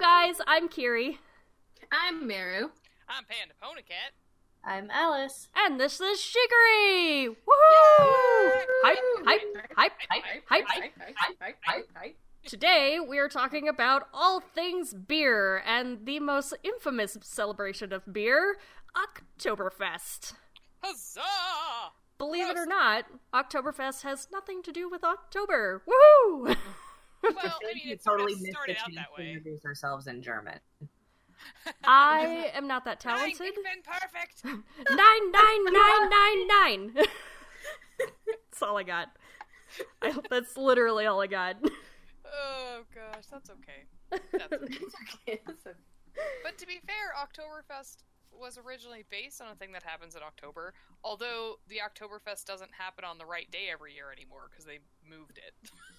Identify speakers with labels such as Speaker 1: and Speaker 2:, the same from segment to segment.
Speaker 1: guys, I'm Kiri.
Speaker 2: I'm Meru.
Speaker 3: I'm Panda Pony Cat.
Speaker 4: I'm Alice.
Speaker 1: And this is Shiggery! Woohoo! Hype, hype, hype, hype, hype, hype. Today, we are talking about all things beer and the most infamous celebration of beer, Oktoberfest.
Speaker 3: Huzzah!
Speaker 1: Believe it or not, Oktoberfest has nothing to do with October. Woohoo!
Speaker 3: Well,
Speaker 4: I feel
Speaker 3: I
Speaker 4: like
Speaker 3: mean,
Speaker 4: we
Speaker 3: it sort of
Speaker 4: totally missed the
Speaker 3: started out
Speaker 4: chance
Speaker 3: that
Speaker 4: to
Speaker 3: way.
Speaker 4: introduce ourselves in German.
Speaker 1: I am not that talented.
Speaker 3: Nine, been perfect.
Speaker 1: nine nine nine nine nine. that's all I got. I, that's literally all I got.
Speaker 3: Oh gosh, that's okay. That's okay.
Speaker 2: It's okay. It's okay.
Speaker 3: But to be fair, Oktoberfest was originally based on a thing that happens in October, although the Oktoberfest doesn't happen on the right day every year anymore because they moved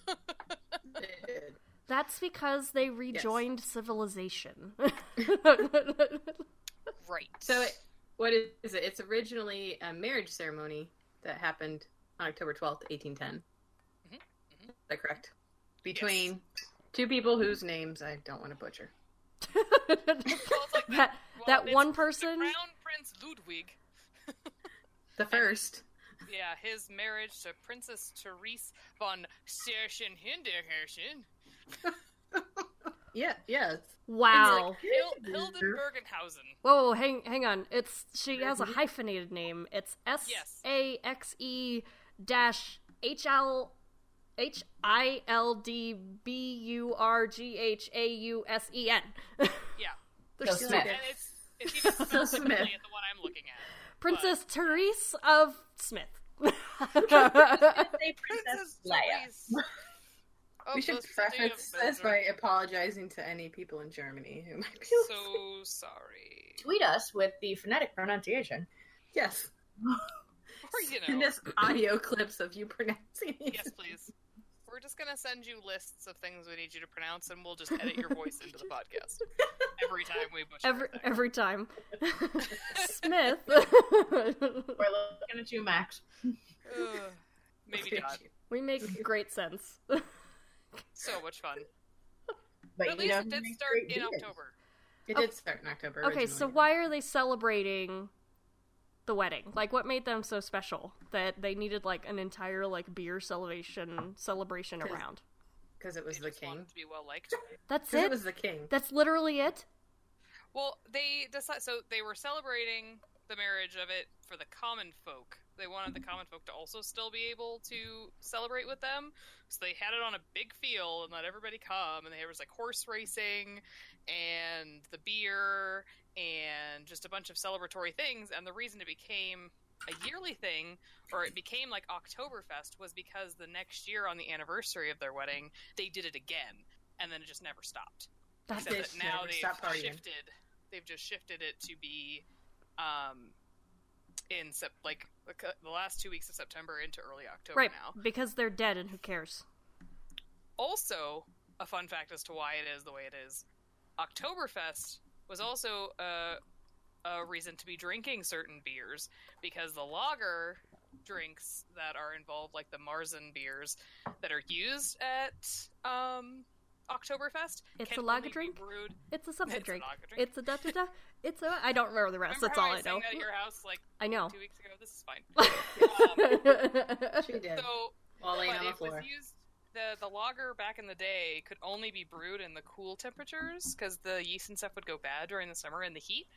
Speaker 3: it.
Speaker 1: That's because they rejoined civilization.
Speaker 3: Right.
Speaker 2: So it, what is, is it? It's originally a marriage ceremony that happened on October 12th, 1810.
Speaker 3: Mhm, mhm.
Speaker 2: Is that correct? Between two people whose names I don't want to butcher.
Speaker 3: Well, it's like the-
Speaker 1: that
Speaker 3: well,
Speaker 1: that
Speaker 3: it's
Speaker 1: one
Speaker 3: the
Speaker 1: person.
Speaker 3: Crown Prince Ludwig.
Speaker 2: The first.
Speaker 3: Yeah, his marriage to Princess Therese von Sachsen-Hinderherschen.
Speaker 2: Yeah, yes.
Speaker 1: Wow.
Speaker 3: Hil- Hildenbergenhausen.
Speaker 1: Whoa, whoa, hang hang on. It's she has a hyphenated name. It's S A X E dash H L H I L D B U R G H A U S E N.
Speaker 3: Yeah.
Speaker 1: There's so
Speaker 4: So Smith.
Speaker 3: And it's, it's even spelled
Speaker 2: Smith.
Speaker 3: differently at the one I'm looking at.
Speaker 1: Princess Therese of Smith.
Speaker 4: Say Princess
Speaker 3: Princess Oh,
Speaker 4: Leia.
Speaker 3: Therese. Of
Speaker 2: we should
Speaker 3: the state
Speaker 2: preface
Speaker 3: of
Speaker 2: this
Speaker 3: Belgium.
Speaker 2: by apologizing to any people in Germany who might be listening.
Speaker 3: So sorry.
Speaker 4: Tweet us with the phonetic pronunciation.
Speaker 2: Yes.
Speaker 3: Or, you
Speaker 2: Send
Speaker 3: know,
Speaker 2: us audio clips of you pronouncing these.
Speaker 3: yes, please. We're just gonna send you lists of things we need you to pronounce, and we'll just edit your voice into the podcast every time we butcher
Speaker 1: every
Speaker 3: everything.
Speaker 1: every time. Smith.
Speaker 2: We're looking at you, Max.
Speaker 3: Ugh, maybe
Speaker 2: Look at
Speaker 3: not.
Speaker 2: you.
Speaker 1: we make great sense.
Speaker 3: So much fun.
Speaker 4: But,
Speaker 3: But at
Speaker 4: you
Speaker 3: least Oh.
Speaker 4: know,
Speaker 3: it did
Speaker 4: makes
Speaker 3: start
Speaker 4: great
Speaker 3: in
Speaker 4: beer.
Speaker 3: October.
Speaker 2: It did start in October.
Speaker 1: Okay, so
Speaker 2: originally.
Speaker 1: why are they celebrating the wedding? Like, what made them so special that they needed like an entire like beer celebration celebration
Speaker 2: 'Cause-
Speaker 1: around?
Speaker 2: Because it was
Speaker 3: They
Speaker 2: the
Speaker 3: just wanted
Speaker 2: king.
Speaker 3: to be well liked.
Speaker 1: That's
Speaker 2: Because
Speaker 1: it.
Speaker 2: it was the king.
Speaker 1: That's literally it.
Speaker 3: Well, they decide. So they were celebrating the marriage of it for the common folk. They wanted the common folk to also still be able to celebrate with them. So they had it on a big field and let everybody come. And there was like horse racing and the beer and just a bunch of celebratory things. And the reason it became a yearly thing, or it became like Oktoberfest, was because the next year on the anniversary of their wedding, they did it again. And then it just never stopped.
Speaker 1: That's
Speaker 3: Except
Speaker 2: They
Speaker 3: that
Speaker 2: should
Speaker 3: now
Speaker 2: never
Speaker 3: they've
Speaker 2: stop partying.
Speaker 3: shifted. They've just shifted it to be, um, in sep- like the c- the last two weeks of September into early October
Speaker 1: right
Speaker 3: now.
Speaker 1: because they're dead and who cares?
Speaker 3: Also, a fun fact as to why it is the way it is. Oktoberfest was also a a reason to be drinking certain beers because the lager drinks that are involved, like the Marzen beers that are used at um, Oktoberfest,
Speaker 1: It's
Speaker 3: can
Speaker 1: a lager
Speaker 3: only be
Speaker 1: drink?
Speaker 3: brewed
Speaker 1: It's a something
Speaker 3: It's a
Speaker 1: drink.
Speaker 3: lager drink.
Speaker 1: It's a da da da. It's a. I don't remember the rest.
Speaker 3: Remember
Speaker 1: That's
Speaker 3: how
Speaker 1: all
Speaker 3: I,
Speaker 1: I, know. Oh.
Speaker 3: Sang that at your house like
Speaker 1: I know.
Speaker 3: two weeks ago. This is fine. Um,
Speaker 2: She did.
Speaker 3: so,
Speaker 2: While
Speaker 3: but
Speaker 2: laying on the
Speaker 3: it was
Speaker 2: floor.
Speaker 3: used. The the lager back in the day could only be brewed in the cool temperatures because the yeast and stuff would go bad during the summer and the heat.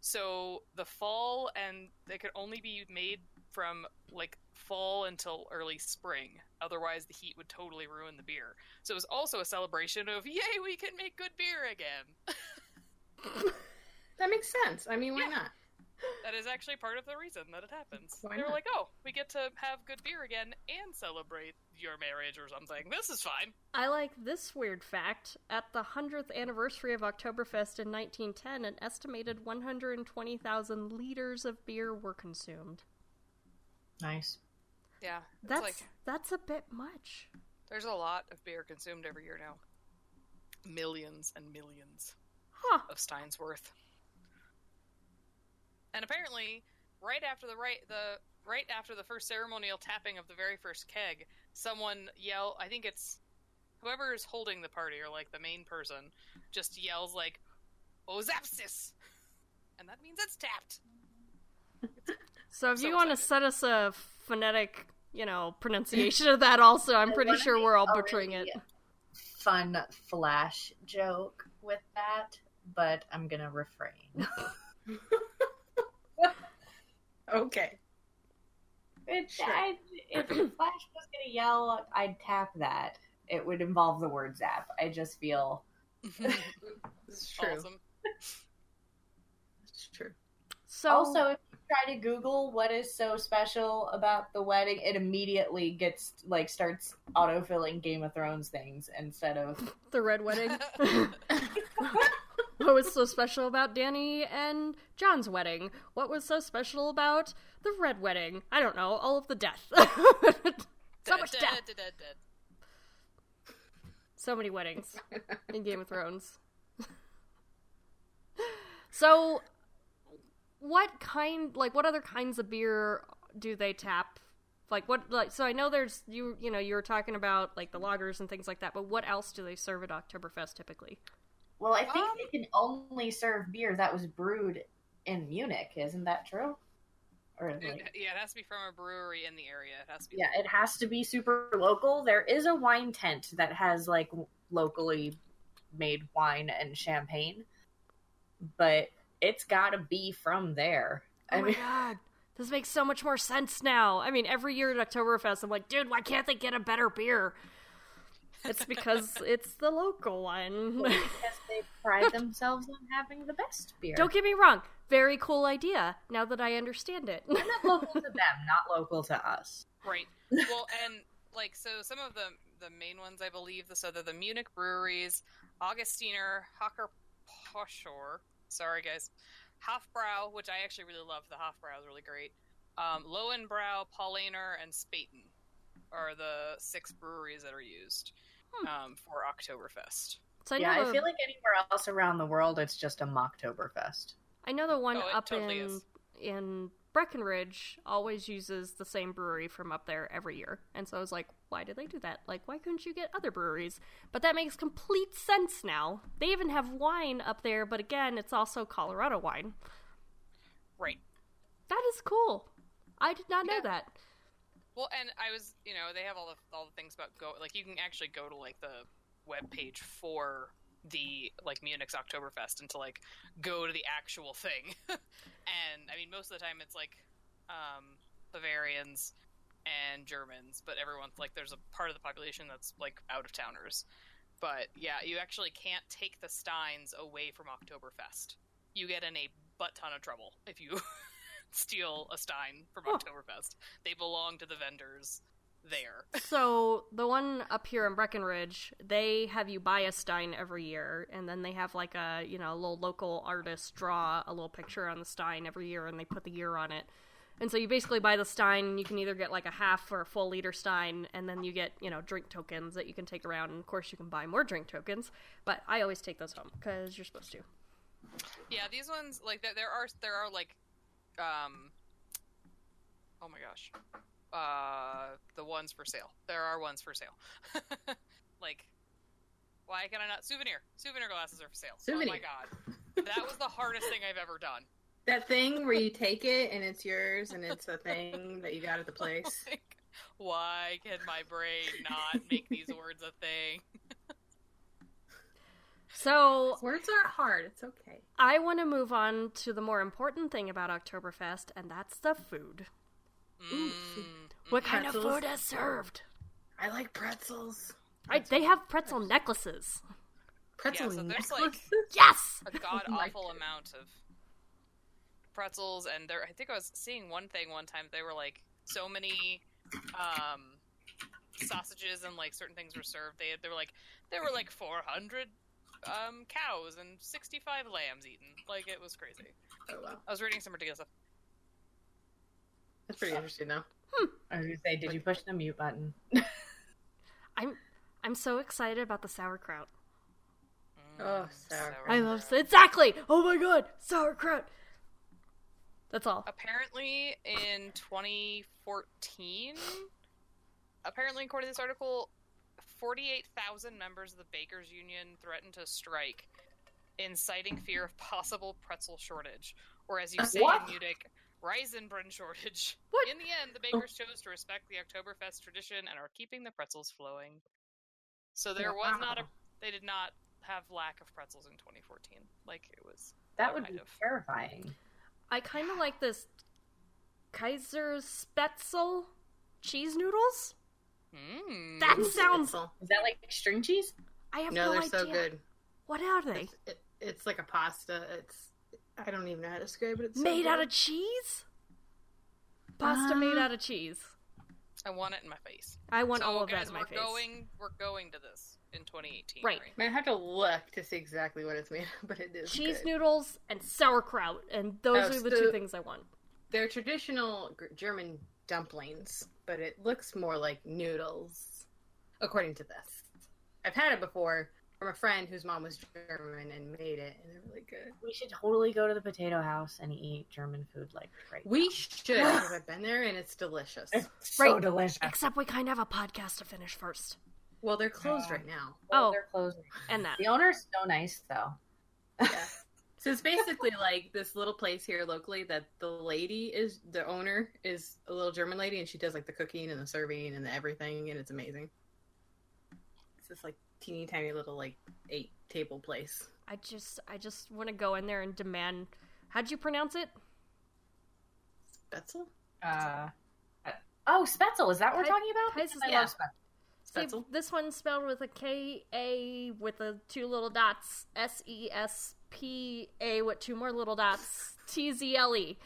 Speaker 3: So the fall and they could only be made from like fall until early spring. Otherwise, the heat would totally ruin the beer. So it was also a celebration of yay, we can make good beer again.
Speaker 2: That makes sense. I mean, why
Speaker 3: Yeah.
Speaker 2: not?
Speaker 3: That is actually part of the reason that it happens.
Speaker 2: Why
Speaker 3: they were
Speaker 2: not?
Speaker 3: like, oh, we get to have good beer again and celebrate your marriage or something. This is fine.
Speaker 1: I like this weird fact. At the 100th anniversary of Oktoberfest in 1910, an estimated 120,000 liters of beer were consumed.
Speaker 2: Nice.
Speaker 3: Yeah. It's
Speaker 1: That's
Speaker 3: like
Speaker 1: that's a bit much.
Speaker 3: there's a lot of beer consumed every year now. Millions and millions
Speaker 1: Huh.
Speaker 3: of Steins worth. And apparently, right after the right the right after the first ceremonial tapping of the very first keg, someone yell I think it's whoever is holding the party or like the main person just yells like "Ozapsis," and that means it's tapped.
Speaker 1: So if
Speaker 3: So
Speaker 1: you want to
Speaker 3: excited.
Speaker 1: set us a phonetic, you know, pronunciation of that, also, I'm
Speaker 4: I
Speaker 1: pretty
Speaker 4: wanna
Speaker 1: sure
Speaker 4: make
Speaker 1: we're all
Speaker 4: a
Speaker 1: butchering it.
Speaker 4: really Fun flash joke with that, but I'm gonna refrain.
Speaker 2: Okay.
Speaker 4: It,
Speaker 2: Sure.
Speaker 4: I, if Flash was gonna yell, I'd tap that. It would involve the word zap. I just feel
Speaker 2: This is true.
Speaker 3: awesome.
Speaker 2: It's true.
Speaker 1: So
Speaker 4: Also, if you try to Google what is so special about the wedding, it immediately gets like starts autofilling Game of Thrones things instead of
Speaker 1: the red wedding. what was so special about Danny and John's wedding? What was so special about the red wedding? I don't know. All of the death. so much death. So many weddings in Game of Thrones. so, what kind, like, what other kinds of beer do they tap? Like, what, like, so I know there's, you, you know, you were talking about, like, the lagers and things like that, but what else do they serve at Oktoberfest typically?
Speaker 4: well, I think
Speaker 3: Um.
Speaker 4: they can only serve beer that was brewed in Munich. Isn't that true? Or like,
Speaker 3: It- yeah, it has to be from a brewery in the area. It has to be.
Speaker 4: yeah, it has to be super local. There is a wine tent that has like locally made wine and champagne, but it's got to be from there.
Speaker 1: Oh
Speaker 4: I
Speaker 1: my
Speaker 4: mean,
Speaker 1: god. This makes so much more sense now. I mean, every year at Oktoberfest, I'm like, dude, why can't they get a better beer? It's because it's the local one.
Speaker 4: because they pride themselves on having the best beer.
Speaker 1: Don't get me wrong. Very cool idea now that I understand it.
Speaker 4: And that local to them, not local to us.
Speaker 3: Right. Well, and like so, some of the the main ones I believe. So they're the Munich breweries, Augustiner, Hocker Poschor. Sorry, guys. Hofbrau, which I actually really love. The Hofbrau is really great. Um, Lowenbrau, Paulaner, and Spaten are the six breweries that are used
Speaker 1: Hmm.
Speaker 3: um, for Oktoberfest.
Speaker 1: so I know,
Speaker 4: yeah,
Speaker 1: the,
Speaker 4: I feel like anywhere else around the world, it's just a Mocktoberfest.
Speaker 1: I know the one
Speaker 3: Oh, it
Speaker 1: up
Speaker 3: totally
Speaker 1: in
Speaker 3: is.
Speaker 1: in Breckenridge always uses the same brewery from up there every year. And so I was like, why did they do that? Like, why couldn't you get other breweries? But that makes complete sense now. They even have wine up there, but again, it's also Colorado wine.
Speaker 3: Right.
Speaker 1: That is cool. I did not know
Speaker 3: Yeah.
Speaker 1: that.
Speaker 3: Well, and I was, you know, they have all the all the things about go. Like you can actually go to like the web page for the like Munich's Oktoberfest and to like go to the actual thing. and I mean, most of the time it's like um, Bavarians and Germans, but everyone's like there's a part of the population that's like out of towners. But yeah, you actually can't take the Steins away from Oktoberfest. You get in a butt ton of trouble if you steal a Stein from
Speaker 1: Huh.
Speaker 3: Oktoberfest they belong to the vendors there.
Speaker 1: So the one up here in Breckenridge, they have you buy a stein every year, and then they have like a you know a little local artist draw a little picture on the stein every year, and they put the year on it. And so you basically buy the stein, and you can either get like a half or a full liter stein, and then you get you know drink tokens that you can take around. And of course, you can buy more drink tokens, but I always take those home because you're supposed to.
Speaker 3: Yeah, these ones like there, there are there are like, um, oh my gosh, uh, the ones for sale. There are ones for sale. like, why can I not souvenir? Souvenir glasses are for sale. Oh my
Speaker 2: Souvenir.
Speaker 3: god, that was the hardest thing I've ever done.
Speaker 2: That thing where you take it and it's yours and it's a thing that you got at the place.
Speaker 3: Like, why can my brain not make these words a thing?
Speaker 1: So
Speaker 2: Words are hard. It's okay.
Speaker 1: I want to move on to the more important thing about Oktoberfest, and that's the food.
Speaker 2: Ooh,
Speaker 3: Mm,
Speaker 1: What
Speaker 3: mhm.
Speaker 1: kind of
Speaker 2: Pretzels.
Speaker 1: food is served?
Speaker 2: I like pretzels.
Speaker 1: I, they have pretzel necklaces.
Speaker 2: Pretzel
Speaker 3: so there's,
Speaker 2: necklaces.
Speaker 3: like-
Speaker 1: Yes.
Speaker 3: a god
Speaker 2: my
Speaker 3: awful
Speaker 2: goodness.
Speaker 3: amount of pretzels and there I think I was seeing one thing one time they were like so many um sausages and like certain things were served they they were like there were like 400 um cows and 65 lambs eaten like it was crazy
Speaker 2: Oh, wow.
Speaker 3: I was reading some ridiculous stuff
Speaker 2: That's pretty interesting, though.
Speaker 4: I was gonna say, did you push the mute button?
Speaker 1: I'm I'm so excited about the sauerkraut.
Speaker 3: Mm,
Speaker 2: Oh, sauerkraut.
Speaker 1: I love exactly. Oh my god, sauerkraut. That's
Speaker 2: Uh,
Speaker 1: all.
Speaker 3: apparently in 2014 apparently according to this article 48,000 members of the Bakers Union threatened to strike, inciting fear of possible pretzel shortage, or as you say
Speaker 4: Uh, What?
Speaker 3: in Munich, Reisenbrunn shortage.
Speaker 1: What?
Speaker 3: In the end, the bakers chose to respect the Oktoberfest tradition and are keeping the pretzels flowing. So there was not a. They did not have lack of pretzels in 2014. Like it was.
Speaker 4: That would
Speaker 3: Kind
Speaker 4: be
Speaker 3: of.
Speaker 4: terrifying.
Speaker 1: I kind of like this Kaiser Spetzel cheese noodles.
Speaker 3: Mm.
Speaker 1: That sounds.
Speaker 2: Pretzel.
Speaker 4: Is that like string cheese?
Speaker 1: I have
Speaker 2: No,
Speaker 1: no,
Speaker 2: they're
Speaker 1: idea.
Speaker 2: so good.
Speaker 1: What are they?
Speaker 2: It's, it, it's like a pasta. It's I don't even know how to describe it. It's so
Speaker 1: Made out
Speaker 2: good. Uh,
Speaker 1: of cheese? Pasta made out of cheese.
Speaker 3: I want it in my face.
Speaker 1: I want
Speaker 3: so
Speaker 1: all of
Speaker 3: guys,
Speaker 1: that in my
Speaker 3: we're
Speaker 1: face.
Speaker 3: going. We're going to this in 2018.
Speaker 1: Right.
Speaker 2: Man, I have to look to see exactly what it's made of, but it is
Speaker 1: Cheese
Speaker 2: good.
Speaker 1: noodles and sauerkraut, and those
Speaker 2: Oh,
Speaker 1: are the
Speaker 2: so-
Speaker 1: two things I want.
Speaker 2: They're traditional gr- German dumplings, but it looks more like noodles, according to this. I've had it before from a friend whose mom was German and made it, and they're really good.
Speaker 4: We should totally go to the potato house and eat German food like right.
Speaker 2: We should because I've been there and it's delicious.
Speaker 4: now. It's so
Speaker 1: Right.
Speaker 4: delicious.
Speaker 2: Ah.
Speaker 1: Except we kind of have a podcast to finish first.
Speaker 2: Well, they're closed right now.
Speaker 4: Well,
Speaker 1: Oh.
Speaker 4: they're closing.
Speaker 1: And that.
Speaker 4: The owner's so nice though.
Speaker 2: So it's basically like this little place here locally that the lady is the owner is a little German lady and she does like the cooking and the serving and the everything and it's amazing. It's this like teeny tiny little like eight table place.
Speaker 1: I just I just want to go in there and demand How'd you pronounce it?
Speaker 2: Betzel?
Speaker 4: Uh, oh, Spetzel. Is that what we're
Speaker 1: Kai-
Speaker 4: talking about?
Speaker 1: Kai's-
Speaker 4: Because I
Speaker 2: yeah.
Speaker 4: love Spetzel.
Speaker 1: See,
Speaker 2: Spetzel?
Speaker 1: this one's spelled with a K A with the two little dots, S E S P A with two more little dots, T Z L E.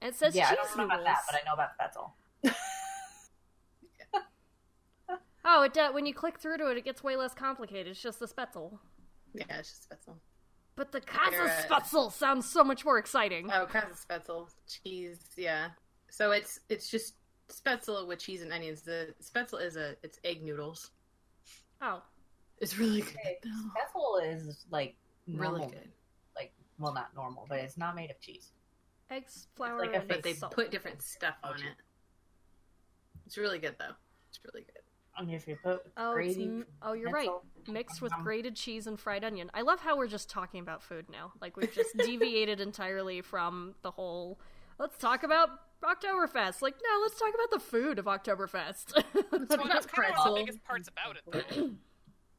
Speaker 1: And it says
Speaker 4: yeah, I
Speaker 1: cheese
Speaker 4: don't know
Speaker 1: noodles.
Speaker 4: about that, but I know about Spetzel.
Speaker 1: Oh, it does. When you click through to it, it gets way less complicated. It's just the spetzel.
Speaker 2: Yeah, it's just Spetzel.
Speaker 1: But the
Speaker 2: They're,
Speaker 1: Casa
Speaker 2: uh,
Speaker 1: Spetzel sounds so much more exciting.
Speaker 4: uh,
Speaker 2: Oh, kind of Spetzel. Cheese, yeah. So it's it's just Spetzel with cheese and onions. The Spetzel is a it's egg noodles.
Speaker 1: oh,
Speaker 2: It's really good.
Speaker 4: Okay,
Speaker 2: though.
Speaker 4: Spetzel is like normal.
Speaker 2: Really good.
Speaker 4: Well, not normal, but it's not made of cheese.
Speaker 1: eggs, flour,
Speaker 4: like a
Speaker 1: and
Speaker 2: But they
Speaker 1: salt.
Speaker 2: put different stuff on it. It's really good though. It's really good.
Speaker 4: I mean, if you put
Speaker 1: Oh, it's
Speaker 4: gravy,
Speaker 1: m- oh, you're right. Mixed with
Speaker 4: Um,
Speaker 1: grated cheese and fried onion. I love how we're just talking about food now. Like we've just deviated entirely from the whole. Let's talk about Oktoberfest. Like no, let's talk about the food of Oktoberfest.
Speaker 2: What
Speaker 3: Well,
Speaker 2: about
Speaker 3: that's kind of one of
Speaker 2: pretzel?
Speaker 3: the biggest parts about it, though.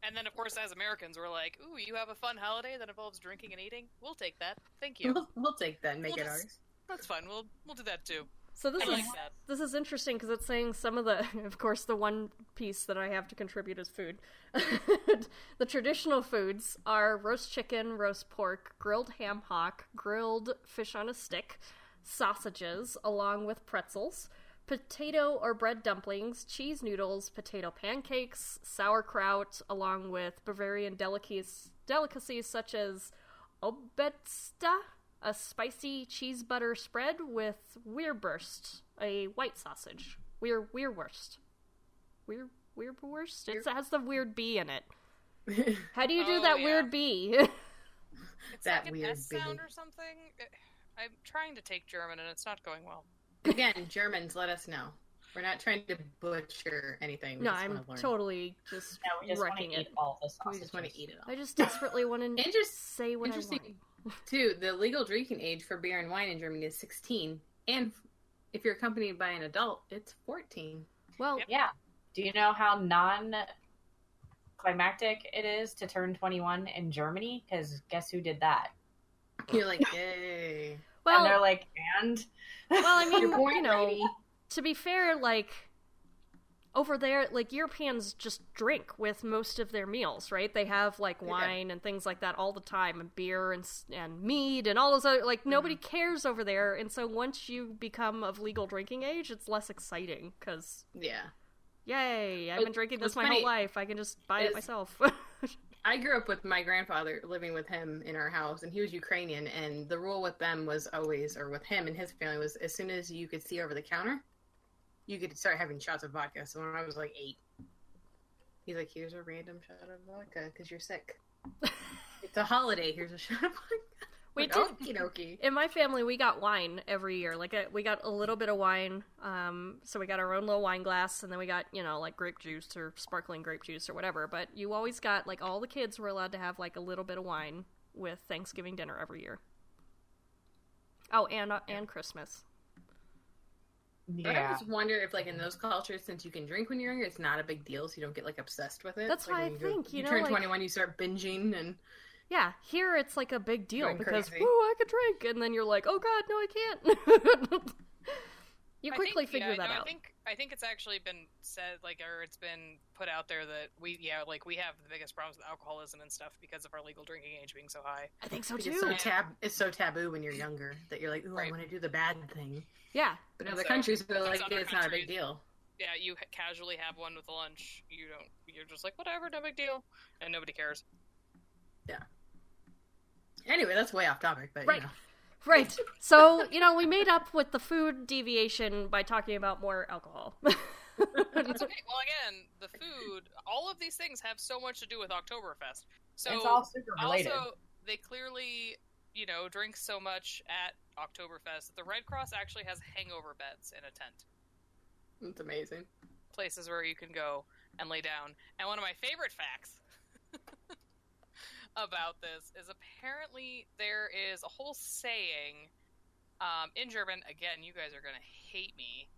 Speaker 3: and then, of course, as Americans, we're like, "Ooh, you have a fun holiday that involves drinking and eating. We'll take that. Thank you.
Speaker 2: We'll, we'll take that and make
Speaker 3: We'll
Speaker 2: it
Speaker 3: just- That's fun. We'll we'll do that too.
Speaker 1: so this
Speaker 3: I
Speaker 1: is
Speaker 3: like that.
Speaker 1: this is interesting because it's saying some of the, of course, the one piece that I have to contribute is food. the traditional foods are roast chicken, roast pork, grilled ham hock, grilled fish on a stick, sausages, along with pretzels, potato or bread dumplings, cheese noodles, potato pancakes, sauerkraut, along with Bavarian delicacies, delicacies such as Obetsta, a spicy cheese butter spread with Weirburst, a white sausage. Weir Weirwurst. Weir Weirwurst? It has the weird bee in it.
Speaker 2: ours.
Speaker 1: How do you do
Speaker 3: Oh,
Speaker 1: that
Speaker 3: yeah.
Speaker 1: weird bee?
Speaker 3: It's
Speaker 2: That
Speaker 3: like an
Speaker 2: weird
Speaker 3: S sound
Speaker 2: bee.
Speaker 3: or something. I'm trying to take German, and it's not going well.
Speaker 2: Again, Germans, let us know. We're not trying to butcher anything. We
Speaker 1: no,
Speaker 2: just
Speaker 1: I'm
Speaker 2: wanna learn.
Speaker 1: totally just
Speaker 4: No, we just want to
Speaker 1: wrecking
Speaker 4: eat
Speaker 1: it.
Speaker 4: all the
Speaker 2: We
Speaker 4: sausages.
Speaker 2: just want to eat it all.
Speaker 1: I just desperately want to
Speaker 2: Interest-
Speaker 1: say what I want.
Speaker 2: interesting. Two, the legal drinking age for beer and wine in Germany is 16, and if you're accompanied by an adult, it's 14.
Speaker 1: Well,
Speaker 3: Yep.
Speaker 4: Yeah. Do you know how non climactic it is to turn 21 in Germany? Because guess who did that?
Speaker 2: You're like, yay!
Speaker 4: and they're
Speaker 1: well,
Speaker 4: like, and
Speaker 1: well, I mean,
Speaker 2: Your point,
Speaker 1: you know,
Speaker 2: lady.
Speaker 1: to be fair, like over there, like Europeans just drink with most of their meals, right? They have like
Speaker 2: Yeah.
Speaker 1: wine and things like that all the time, and beer and s- and mead and all those other
Speaker 2: Mm-hmm.
Speaker 1: like nobody cares over there. And so once you become of legal drinking age, it's less exciting because
Speaker 2: Yeah.
Speaker 1: yay, I've
Speaker 2: It-
Speaker 1: been drinking this
Speaker 2: it's
Speaker 1: my
Speaker 2: funny.
Speaker 1: whole life. I can just buy it
Speaker 2: It's-
Speaker 1: myself.
Speaker 2: I grew up with my grandfather living with him in our house, and he was Ukrainian. And the rule with them was always, or with him and his family, was as soon as you could see over the counter, you could start having shots of vodka. So when I was like eight, he's like, "Here's a random shot of vodka because you're sick. it's a holiday. Here's a shot of vodka."
Speaker 1: We
Speaker 2: like,
Speaker 1: did
Speaker 2: Okie dokie.
Speaker 1: in my family we got wine every year like uh, we got a little bit of wine um, so we got our own little wine glass and then we got you know like grape juice or sparkling grape juice or whatever but you always got like all the kids were allowed to have like a little bit of wine with thanksgiving dinner every year oh and uh, and christmas
Speaker 2: But I just wonder if, like, in those cultures, since you can drink when you're younger, it's not a big deal, so you don't get like obsessed with it.
Speaker 1: That's
Speaker 2: like,
Speaker 1: what
Speaker 2: when
Speaker 1: I think, you know,
Speaker 2: turn
Speaker 1: like-
Speaker 2: 21, you start binging, and
Speaker 1: yeah here it's like a big deal
Speaker 2: Going
Speaker 1: because
Speaker 2: crazy.
Speaker 1: woo i could drink and then you're like oh god no i can't you
Speaker 3: I
Speaker 1: quickly
Speaker 3: think- yeah,
Speaker 1: figure that
Speaker 3: no,
Speaker 1: out
Speaker 3: I think I think it's actually been said, like, or it's been put out there that we, yeah, like we have the biggest problems with alcoholism and stuff because of our legal drinking age being so high.
Speaker 1: I think so
Speaker 2: it's
Speaker 1: too
Speaker 2: so tab it's so taboo when you're younger that you're like, ooh,
Speaker 3: Right.
Speaker 2: I want to do the bad thing.
Speaker 1: yeah
Speaker 2: But
Speaker 3: And
Speaker 2: other
Speaker 3: so-
Speaker 4: uh,
Speaker 2: countries are
Speaker 3: in
Speaker 2: like,
Speaker 3: other
Speaker 2: it's not a
Speaker 3: countries-
Speaker 2: big deal.
Speaker 3: Yeah, you ha- casually have one with the lunch. You don't. You're just like, whatever, no big deal, and nobody cares.
Speaker 2: Anyway, that's way off topic, but
Speaker 1: Right.
Speaker 2: you know,
Speaker 1: Right. So, you know, we made up with the food deviation by talking about more alcohol.
Speaker 3: That's okay. Well, again, the food, all of these things have so much to do with Oktoberfest. So
Speaker 4: it's all super related.
Speaker 3: also they clearly you know drink so much at oktoberfest that the red cross actually has hangover beds in a tent
Speaker 2: it's amazing.
Speaker 3: places where you can go and lay down and one of my favorite facts about this is apparently there is a whole saying um, in german again you guys are gonna hate me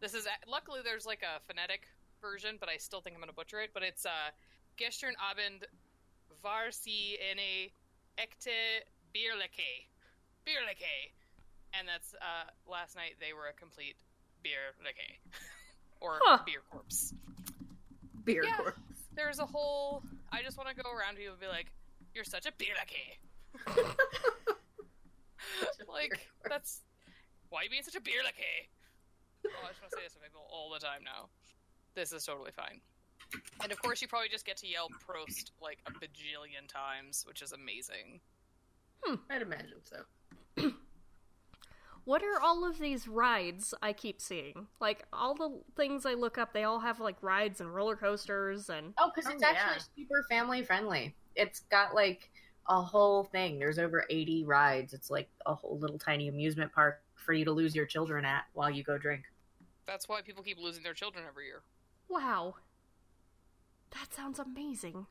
Speaker 3: this is luckily there's like a phonetic version but i still think i'm gonna butcher it but it's uh, gestern abend war sie eine echte bierlecke. Bierlecke. And that's uh, last night they were a complete bierlecke. or
Speaker 1: Huh.
Speaker 3: beer corpse.
Speaker 2: Beer,
Speaker 3: Yeah.
Speaker 2: corps.
Speaker 3: There's a whole. I just want to go around to you and be like, you're such a bierlecke. like, that's. Why you being such a bierlecke? Oh, I just want to say this to people all the time now. This is totally fine. And of course, you probably just get to yell Prost like a bajillion times, which is amazing.
Speaker 2: I'd imagine so.
Speaker 1: what are all of these rides I keep seeing? Like all the things I look up, they all have like rides and roller coasters and
Speaker 4: Oh, because
Speaker 2: Oh,
Speaker 4: it's actually super family friendly. It's got like a whole thing. There's over 80 rides. It's like a whole little tiny amusement park for you to lose your children at while you go drink.
Speaker 3: That's why people keep losing their children every year.
Speaker 1: wow. That sounds amazing.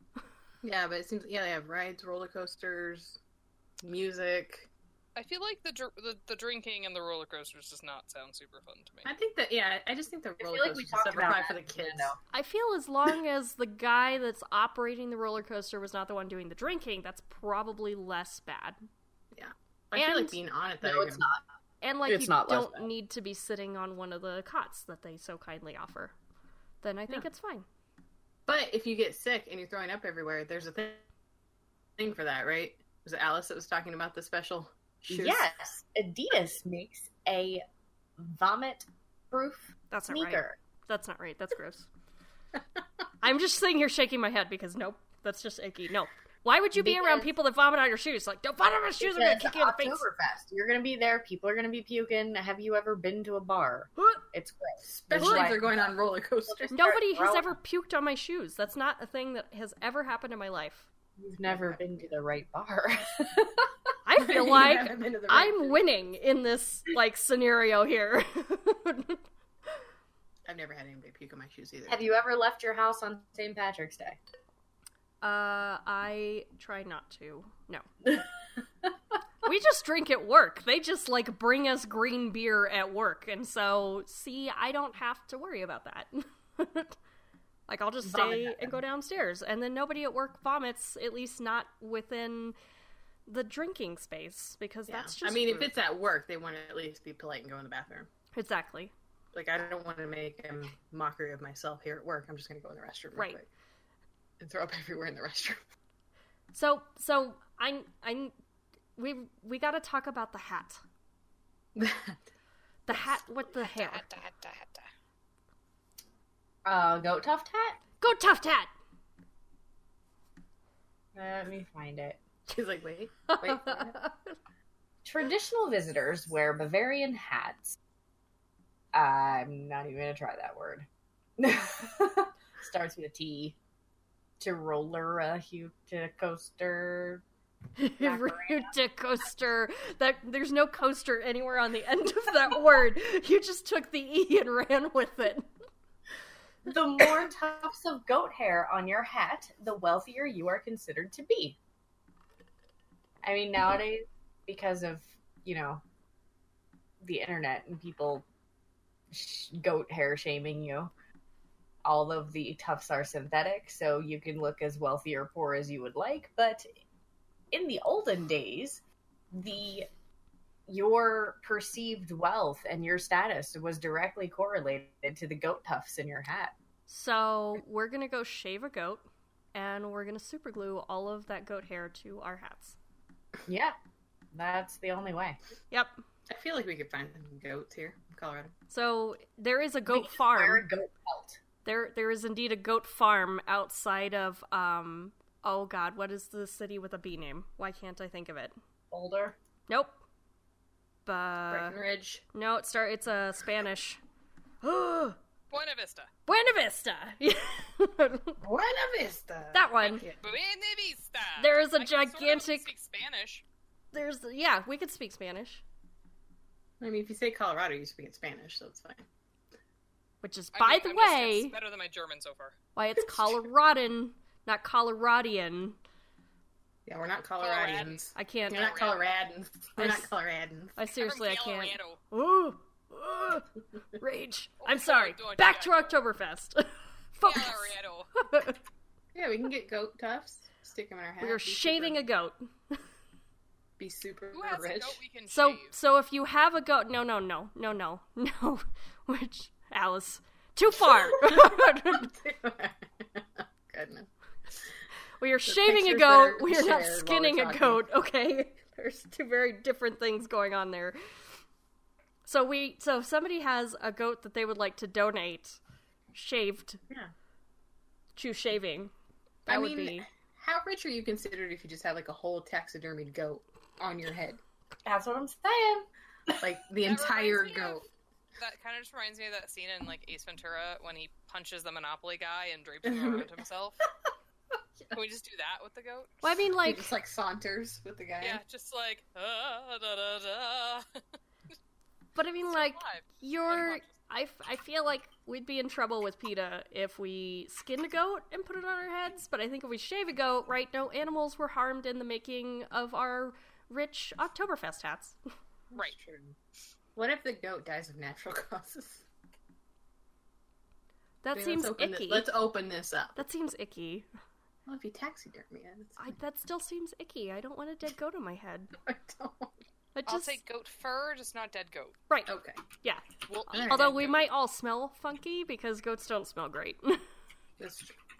Speaker 2: Yeah, but it seems yeah they have rides, roller coasters, music.
Speaker 3: I feel like the dr- the, the drinking and the roller coasters does not sound super fun to me.
Speaker 2: I think that yeah, I just think the
Speaker 4: I
Speaker 2: roller
Speaker 4: feel like we
Speaker 2: coasters
Speaker 4: talked
Speaker 2: stuff are
Speaker 4: about
Speaker 2: probably
Speaker 4: that
Speaker 2: for the kids.
Speaker 4: Nintendo.
Speaker 1: I feel as long as the guy that's operating the roller coaster was not the one doing the drinking, that's probably less bad.
Speaker 2: I feel
Speaker 1: And-
Speaker 2: like being on it though.
Speaker 4: No,
Speaker 2: you're
Speaker 4: it's
Speaker 2: gonna-
Speaker 4: not.
Speaker 1: And like
Speaker 4: It's
Speaker 1: you
Speaker 4: not less
Speaker 1: don't
Speaker 4: bad.
Speaker 1: need to be sitting on one of the cots that they so kindly offer. Then I think
Speaker 2: Yeah.
Speaker 1: it's fine.
Speaker 2: But if you get sick and you're throwing up everywhere, there's a thing thing for that, right? Was it Alice that was talking about the special? shoes?
Speaker 4: Yes, Adidas makes a vomit proof
Speaker 1: That's not right.
Speaker 4: sneaker.
Speaker 1: That's not right. That's gross. I'm just sitting here shaking my head because nope, that's just icky. No. Why would you be around
Speaker 4: Because-
Speaker 1: people that vomit on your shoes? Like, don't vomit on my shoes, I'm gonna
Speaker 4: Because
Speaker 1: kick you in the face.
Speaker 4: Oktoberfest. You're gonna be there. People are gonna be puking. Have you ever been to a bar?
Speaker 1: Huh?
Speaker 4: It's gross.
Speaker 2: Especially
Speaker 4: Right.
Speaker 2: if they're going on roller coasters.
Speaker 1: Nobody has
Speaker 4: Well-
Speaker 1: ever puked on my shoes. That's not a thing that has ever happened in my life.
Speaker 4: You've never been to the right bar.
Speaker 1: I feel like
Speaker 2: Haven't been to the
Speaker 1: I'm
Speaker 2: right-
Speaker 1: winning in this like scenario here.
Speaker 2: I've never had anybody puke on my shoes either.
Speaker 4: Have you ever left your house on St. Patrick's Day?
Speaker 1: Uh, I try not to. No. we just drink at work. They just like bring us green beer at work. And so, see, I don't have to worry about that. like, I'll just
Speaker 4: Vomit
Speaker 1: stay
Speaker 4: at
Speaker 1: and go downstairs. And then nobody at work vomits, at least not within the drinking space, because
Speaker 2: Yeah.
Speaker 1: that's just.
Speaker 2: I mean, if
Speaker 1: rude.
Speaker 2: it's at work, they want to at least be polite and go in the bathroom.
Speaker 1: Exactly.
Speaker 2: Like, I don't want to make a mockery of myself here at work. I'm just going to go in the restroom real
Speaker 1: Right.
Speaker 2: quick and throw up everywhere in the restroom.
Speaker 1: So, so I, I, we, we got to talk about the hat. The hat with the hair.
Speaker 4: Uh, goat tuft hat.
Speaker 1: Go Tuft Hat!
Speaker 4: Let me find it.
Speaker 2: She's like, wait, wait. for it.
Speaker 4: Traditional visitors wear Bavarian hats. I'm not even gonna try that word. Starts with a T. To roller a hu- to coaster
Speaker 1: Rudicoaster. That there's no coaster anywhere on the end of that word. You just took the e and ran with it.
Speaker 4: The more tufts of goat hair on your hat, the wealthier you are considered to be. I mean, nowadays, because of, you know, the internet and people sh- goat hair shaming you, all of the tufts are synthetic, so you can look as wealthy or poor as you would like. But in the olden days, the your perceived wealth and your status was directly correlated to the goat tufts in your hat.
Speaker 1: So we're gonna go shave a goat, and we're gonna super glue all of that goat hair to our hats.
Speaker 4: Yeah, that's the only way.
Speaker 1: Yep.
Speaker 2: I feel like we could find some goats here in Colorado.
Speaker 1: So there is a
Speaker 4: We
Speaker 1: goat
Speaker 4: just wear
Speaker 1: farm.
Speaker 4: a goat pelt.
Speaker 1: There, there is indeed a goat farm outside of um. Oh God, what is the city with a B name? Why can't I think of it?
Speaker 4: Boulder.
Speaker 1: Nope. But
Speaker 2: Breckenridge.
Speaker 1: no, it start. It's a Spanish. Buena
Speaker 3: Buena Vista.
Speaker 1: Vista.
Speaker 2: Buena Vista.
Speaker 1: that one.
Speaker 3: Buena Vista.
Speaker 1: There is a
Speaker 3: I can sort of
Speaker 1: gigantic-
Speaker 3: speak Spanish.
Speaker 1: There's yeah, we could speak Spanish,
Speaker 2: I mean, if you say Colorado, you speak in Spanish, so it's fine.
Speaker 1: which is
Speaker 3: I
Speaker 1: by
Speaker 3: mean,
Speaker 1: the
Speaker 3: I'm just-
Speaker 1: way.
Speaker 3: it's better than my German so far.
Speaker 1: Why it's Coloradan, not Coloradian.
Speaker 2: Yeah, we're not Coloradans.
Speaker 1: I can't.
Speaker 2: We're not Coloradans. We're not Coloradans.
Speaker 1: I seriously, I
Speaker 3: From
Speaker 1: can't.
Speaker 3: Colorado.
Speaker 1: Ooh, ooh, rage. I'm
Speaker 3: Colorado,
Speaker 1: sorry.
Speaker 3: don't
Speaker 1: Back to
Speaker 3: you?
Speaker 1: Oktoberfest. Focus.
Speaker 3: Colorado.
Speaker 2: Yeah, we can get goat tufts. Stick them in our hat.
Speaker 1: We are shaving a goat.
Speaker 2: Be super
Speaker 3: Who has a
Speaker 2: rich.
Speaker 3: goat we can
Speaker 1: So,
Speaker 3: shave?
Speaker 1: so if you have a goat, no, no, no, no, no, no. Which Alice, too far.
Speaker 2: Goodness.
Speaker 1: we are shaving a goat.
Speaker 2: pictures that are
Speaker 1: We are
Speaker 2: shared
Speaker 1: not
Speaker 2: while we're
Speaker 1: skinning a
Speaker 2: talking.
Speaker 1: goat. Okay, there's two very different things going on there. So we, so if somebody has a goat that they would like to donate, shaved,
Speaker 2: Yeah.
Speaker 1: choose shaving. That
Speaker 2: I
Speaker 1: would
Speaker 2: mean,
Speaker 1: be.
Speaker 2: how rich are you considered if you just had like a whole taxidermied goat on your head,
Speaker 4: That's what I'm saying.
Speaker 2: like the
Speaker 3: That
Speaker 2: entire
Speaker 3: reminds me of-
Speaker 2: goat?
Speaker 3: That kind of just reminds me of that scene in like Ace Ventura when he punches the Monopoly guy and drapes him around himself. Can we just do that with the goat?
Speaker 1: Well, I mean,
Speaker 2: Like
Speaker 1: like,
Speaker 2: just like saunters with the guy.
Speaker 3: Yeah, just like ah, da, da, da.
Speaker 1: but I mean, like,
Speaker 3: Alive.
Speaker 1: you're. I, f- I feel like we'd be in trouble with PETA if we skinned a goat and put it on our heads, but I think if we shave a goat, right, no animals were harmed in the making of our rich Oktoberfest hats.
Speaker 3: Right.
Speaker 2: What if the goat dies of natural causes?
Speaker 1: That
Speaker 2: Okay,
Speaker 1: seems
Speaker 2: let's open thi-
Speaker 1: icky.
Speaker 2: let's open this up.
Speaker 1: That seems icky.
Speaker 2: well, if you taxidermy it, it's
Speaker 1: I, that still seems icky. I don't want a dead goat on my head.
Speaker 2: I don't.
Speaker 1: That
Speaker 3: I'll
Speaker 1: just
Speaker 3: say goat fur, just not dead goat.
Speaker 1: right.
Speaker 2: Okay.
Speaker 1: Yeah.
Speaker 2: Well,
Speaker 1: Although we might all smell funky because goats don't smell great.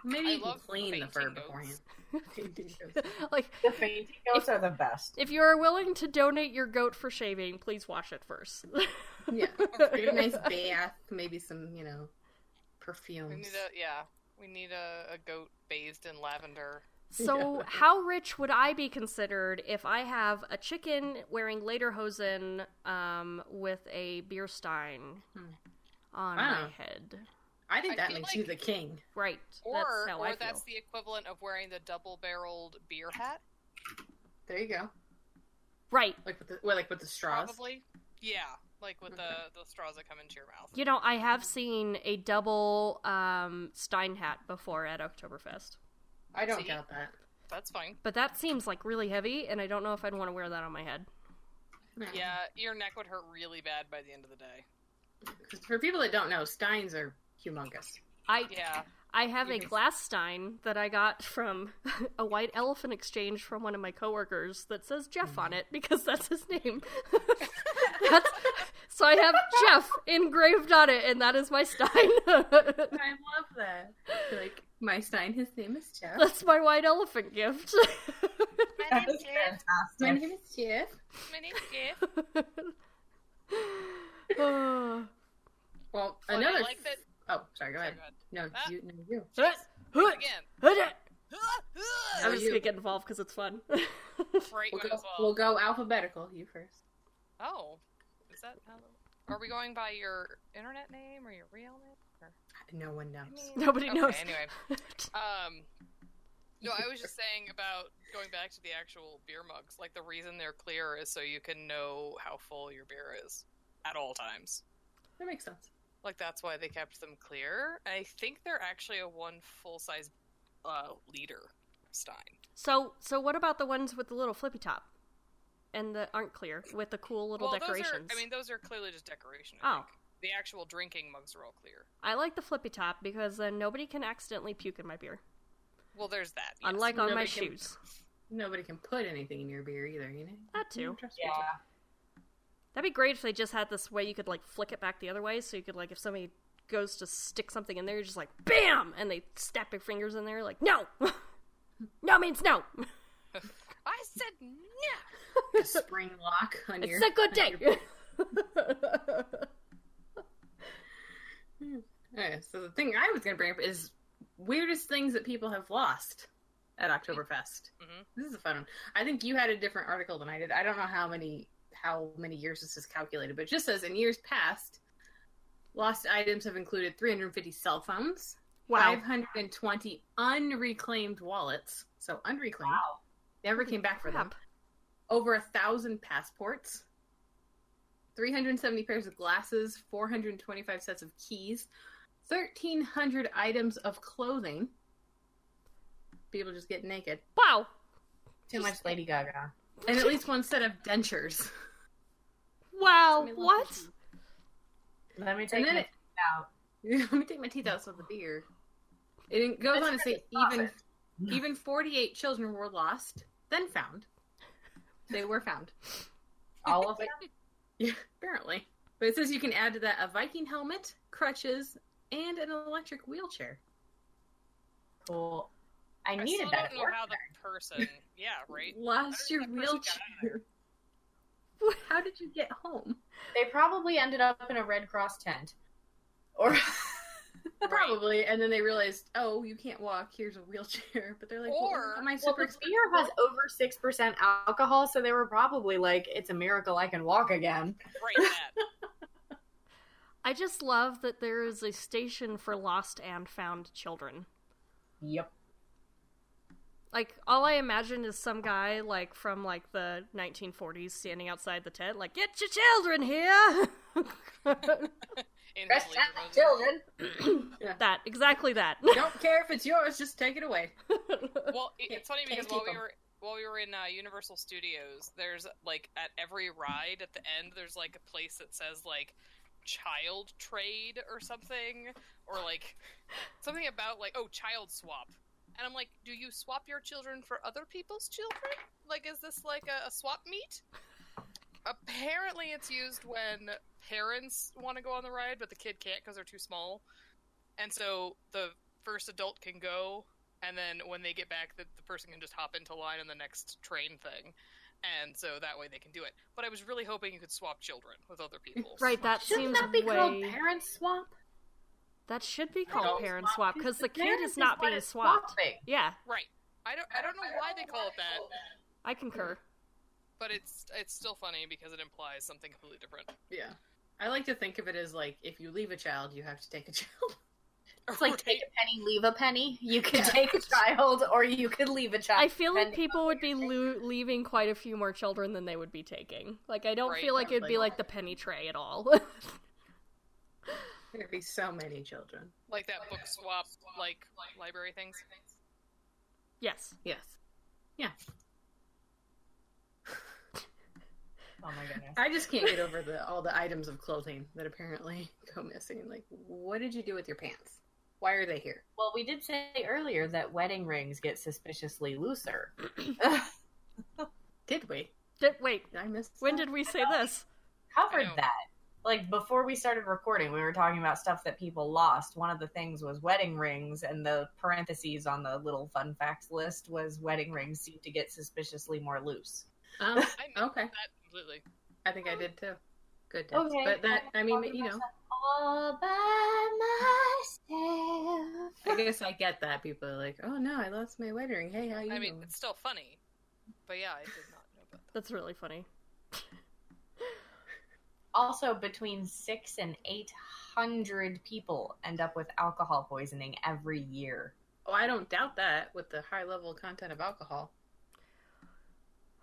Speaker 2: maybe
Speaker 3: I
Speaker 2: you can
Speaker 3: love
Speaker 2: clean the
Speaker 3: fainting
Speaker 2: fur
Speaker 3: goats.
Speaker 2: beforehand. Fainting goats.
Speaker 1: like
Speaker 4: The fainting goats are the best.
Speaker 1: if you are willing to donate your goat for shaving, please wash it first.
Speaker 2: Yeah. Give it a nice bath, maybe some, you know,
Speaker 3: We
Speaker 2: perfumes.
Speaker 3: need a yeah. We need a, a goat bathed in lavender.
Speaker 1: so,
Speaker 2: Yeah.
Speaker 1: how rich would I be considered if I have a chicken wearing lederhosen um, with a beer stein
Speaker 2: Hmm.
Speaker 1: on
Speaker 2: Wow.
Speaker 1: my head?
Speaker 2: I think
Speaker 3: I
Speaker 2: that
Speaker 3: feel
Speaker 2: makes
Speaker 3: like-
Speaker 2: you the king.
Speaker 1: Right.
Speaker 3: Or
Speaker 1: that's how I
Speaker 3: or
Speaker 1: feel.
Speaker 3: that's the equivalent of wearing the double barreled beer hat.
Speaker 2: There you go.
Speaker 1: right.
Speaker 2: Like with the well, like with the straws.
Speaker 3: Probably. Yeah. Like with the, the straws that come into your mouth.
Speaker 1: Mm-hmm. You know, I have seen a double um, Stein hat before at Oktoberfest,
Speaker 2: I don't
Speaker 3: See?
Speaker 2: doubt that.
Speaker 3: That's fine.
Speaker 1: but that seems like really heavy, and I don't know if I'd want to wear that on my head.
Speaker 2: No.
Speaker 3: Yeah, your neck would hurt really bad by the end of the day.
Speaker 2: 'Cause for people that don't know, steins are humongous.
Speaker 1: I
Speaker 3: Yeah.
Speaker 1: I have a
Speaker 2: You can-
Speaker 1: glass stein that I got from a white elephant exchange from one of my coworkers that says Jeff on it because that's his name. that's, so I have Jeff engraved on it, and that is my stein.
Speaker 2: I love that. Like my stein, his name is Jeff.
Speaker 1: that's my white elephant gift.
Speaker 3: My
Speaker 4: That is fantastic.
Speaker 2: name is Jeff.
Speaker 3: My name's Jeff.
Speaker 1: Oh.
Speaker 2: Well,
Speaker 3: I
Speaker 2: another.
Speaker 3: like that-
Speaker 2: Oh, sorry. Go
Speaker 3: Sorry,
Speaker 2: ahead.
Speaker 3: go ahead.
Speaker 2: No,
Speaker 3: Ah.
Speaker 2: you. No, you.
Speaker 3: Again.
Speaker 1: I'm
Speaker 2: How are
Speaker 1: just
Speaker 2: you?
Speaker 1: gonna get involved because it's fun.
Speaker 3: Right
Speaker 2: We'll
Speaker 3: one
Speaker 2: go,
Speaker 3: as well.
Speaker 2: we'll go alphabetical. You first.
Speaker 3: Oh. Is that how are we going by your internet name or your real name? Or,
Speaker 2: No one knows.
Speaker 3: I mean,
Speaker 1: Nobody
Speaker 3: okay,
Speaker 1: knows.
Speaker 3: Anyway. Um No, I was just saying about going back to the actual beer mugs. Like the reason they're clear is so you can know how full your beer is at all times.
Speaker 2: That makes sense.
Speaker 3: Like that's why they kept them clear. I think they're actually a one full size uh, liter stein.
Speaker 1: So, so what about the ones with the little flippy top, and that aren't clear with the cool little
Speaker 3: well,
Speaker 1: decorations?
Speaker 3: Those are, I mean, those are clearly just decoration. I
Speaker 1: oh,
Speaker 3: think. The actual drinking mugs are all clear.
Speaker 1: I like the flippy top because then nobody can accidentally puke in my beer,
Speaker 3: Well, there's that. yes.
Speaker 1: unlike on my
Speaker 2: Nobody can-
Speaker 1: shoes.
Speaker 2: Nobody can put anything in your beer either, you know?
Speaker 1: That too.
Speaker 3: Mm-hmm.
Speaker 2: Trust me.
Speaker 4: Yeah.
Speaker 1: That'd be great if they just had this way you could like flick it back the other way, so you could like if somebody goes to stick something in there, you're just like bam, and they snap their fingers in there, like no, no means no.
Speaker 3: I said no.
Speaker 2: A spring lock on your.
Speaker 1: It's a good day.
Speaker 2: Okay, so the thing I was going to bring up is weirdest things that people have lost at Oktoberfest.
Speaker 3: Mhm.
Speaker 2: This is a fun one. I think you had a different article than I did. I don't know how many how many years this is calculated, but it just says in years past, lost items have included 350 cell phones,
Speaker 1: wow,
Speaker 2: 520 unreclaimed wallets, so unreclaimed,
Speaker 4: Wow.
Speaker 2: never came back for them,
Speaker 1: Crap.
Speaker 2: over a thousand passports, 370 pairs of glasses, 425 sets of keys, 1,300 items of clothing. People just get naked.
Speaker 1: wow.
Speaker 4: Too much Lady Gaga.
Speaker 2: And at least one set of dentures.
Speaker 1: Wow,
Speaker 2: Let me look
Speaker 1: what?
Speaker 2: at you.
Speaker 4: Let me take
Speaker 2: And then
Speaker 4: it
Speaker 2: it-
Speaker 4: out.
Speaker 2: Let me take my teeth out so the beer. It goes on to say
Speaker 4: not
Speaker 2: even even 48 children were lost, then found. They were found.
Speaker 4: All of it.
Speaker 2: Yeah, apparently. But it says you can add to that a Viking helmet, crutches, and an electric wheelchair.
Speaker 4: Cool. I
Speaker 3: I
Speaker 4: needed
Speaker 3: still
Speaker 4: that.
Speaker 3: don't know how the person. Yeah, right.
Speaker 2: Lost your
Speaker 3: How did that person get
Speaker 2: wheelchair.
Speaker 3: out
Speaker 2: How did you get home?
Speaker 4: They probably ended up in a Red Cross tent. Or
Speaker 2: Probably. And then they realized, oh, you can't walk. Here's a wheelchair. But they're like, well,
Speaker 3: Or-
Speaker 2: am I
Speaker 4: well,
Speaker 2: super
Speaker 4: the beer has over six percent alcohol, so they were probably like, "It's a miracle I can walk again."
Speaker 3: Right. That.
Speaker 1: I just love that there is a station for lost and found children.
Speaker 4: Yep.
Speaker 1: Like all I imagine is some guy like from like the 1940s standing outside the tent, like "Get your children here!"
Speaker 3: In
Speaker 4: Fresh
Speaker 3: the
Speaker 4: out
Speaker 3: labor
Speaker 4: the
Speaker 3: movement.
Speaker 4: children.
Speaker 1: that exactly that.
Speaker 2: Don't care if it's yours. Just take it away.
Speaker 3: Well, it, it's funny
Speaker 2: Can't
Speaker 3: because while
Speaker 2: keep
Speaker 3: we
Speaker 2: 'em.
Speaker 3: were while we were in uh, Universal Studios, there's like at every ride at the end, there's like a place that says like child trade or something, or like something about like oh child swap. And I'm like, do you swap your children for other people's children? Like, is this like a, a swap meet? Apparently, it's used when parents want to go on the ride, but the kid can't because they're too small. And so the first adult can go, and then when they get back, the, the person can just hop into line on the next train thing, and so that way they can do it. But I was really hoping you could swap children with other people.
Speaker 1: right, that
Speaker 4: Shouldn't
Speaker 1: seems
Speaker 4: that be
Speaker 1: way.
Speaker 4: called parent swap?
Speaker 1: that should be
Speaker 2: Adult
Speaker 1: called parent swap because the kid
Speaker 4: Parent
Speaker 1: is not
Speaker 4: what
Speaker 1: being
Speaker 4: it's
Speaker 1: swapped.
Speaker 4: swapping.
Speaker 1: Yeah,
Speaker 3: Right. I don't. I don't know why they call it that,
Speaker 1: I concur.
Speaker 3: but it's it's still funny because it implies something completely different.
Speaker 2: Yeah. I like to think of it as like if you leave a child, you have to take a child.
Speaker 4: It's like
Speaker 3: Right?
Speaker 4: take a penny, leave a penny. You could take a child, or you could leave a child.
Speaker 1: I feel like
Speaker 4: depending
Speaker 1: people would be lo- leaving quite a few more children than they would be taking. Like I don't
Speaker 3: Right,
Speaker 1: feel like it'd be
Speaker 2: probably.
Speaker 1: like the penny tray at all.
Speaker 2: There'd be so many children.
Speaker 3: like that book swap, like library things.
Speaker 1: yes.
Speaker 2: Yes. Yeah.
Speaker 4: Oh my goodness.
Speaker 2: I just can't get over the all the items of clothing that apparently go missing. Like, what did you do with your pants? Why are they here?
Speaker 4: Well, we did say earlier that wedding rings get suspiciously looser.
Speaker 2: Did we?
Speaker 1: Did, wait,
Speaker 2: Did I miss?
Speaker 1: when did we say this?
Speaker 3: I
Speaker 4: Covered
Speaker 3: know.
Speaker 4: that. Like before we started recording, we were talking about stuff that people lost. One of the things was wedding rings, and the parentheses on the little fun facts list was wedding rings seem to get suspiciously more loose.
Speaker 2: Um,
Speaker 3: I missed
Speaker 2: Okay.
Speaker 3: that completely.
Speaker 2: I think I did too. Good. tips.
Speaker 4: Okay.
Speaker 2: But that, I mean, you know,
Speaker 4: All by myself.
Speaker 2: I guess I get that. People are like, oh no, I lost my wedding ring. Hey, how you
Speaker 3: I mean,
Speaker 2: doing?
Speaker 3: it's still funny, but yeah, I did not know about that.
Speaker 1: That's really funny.
Speaker 4: Also, between six and eight hundred people end up with alcohol poisoning every year.
Speaker 2: Oh, I don't doubt that with the high level content of alcohol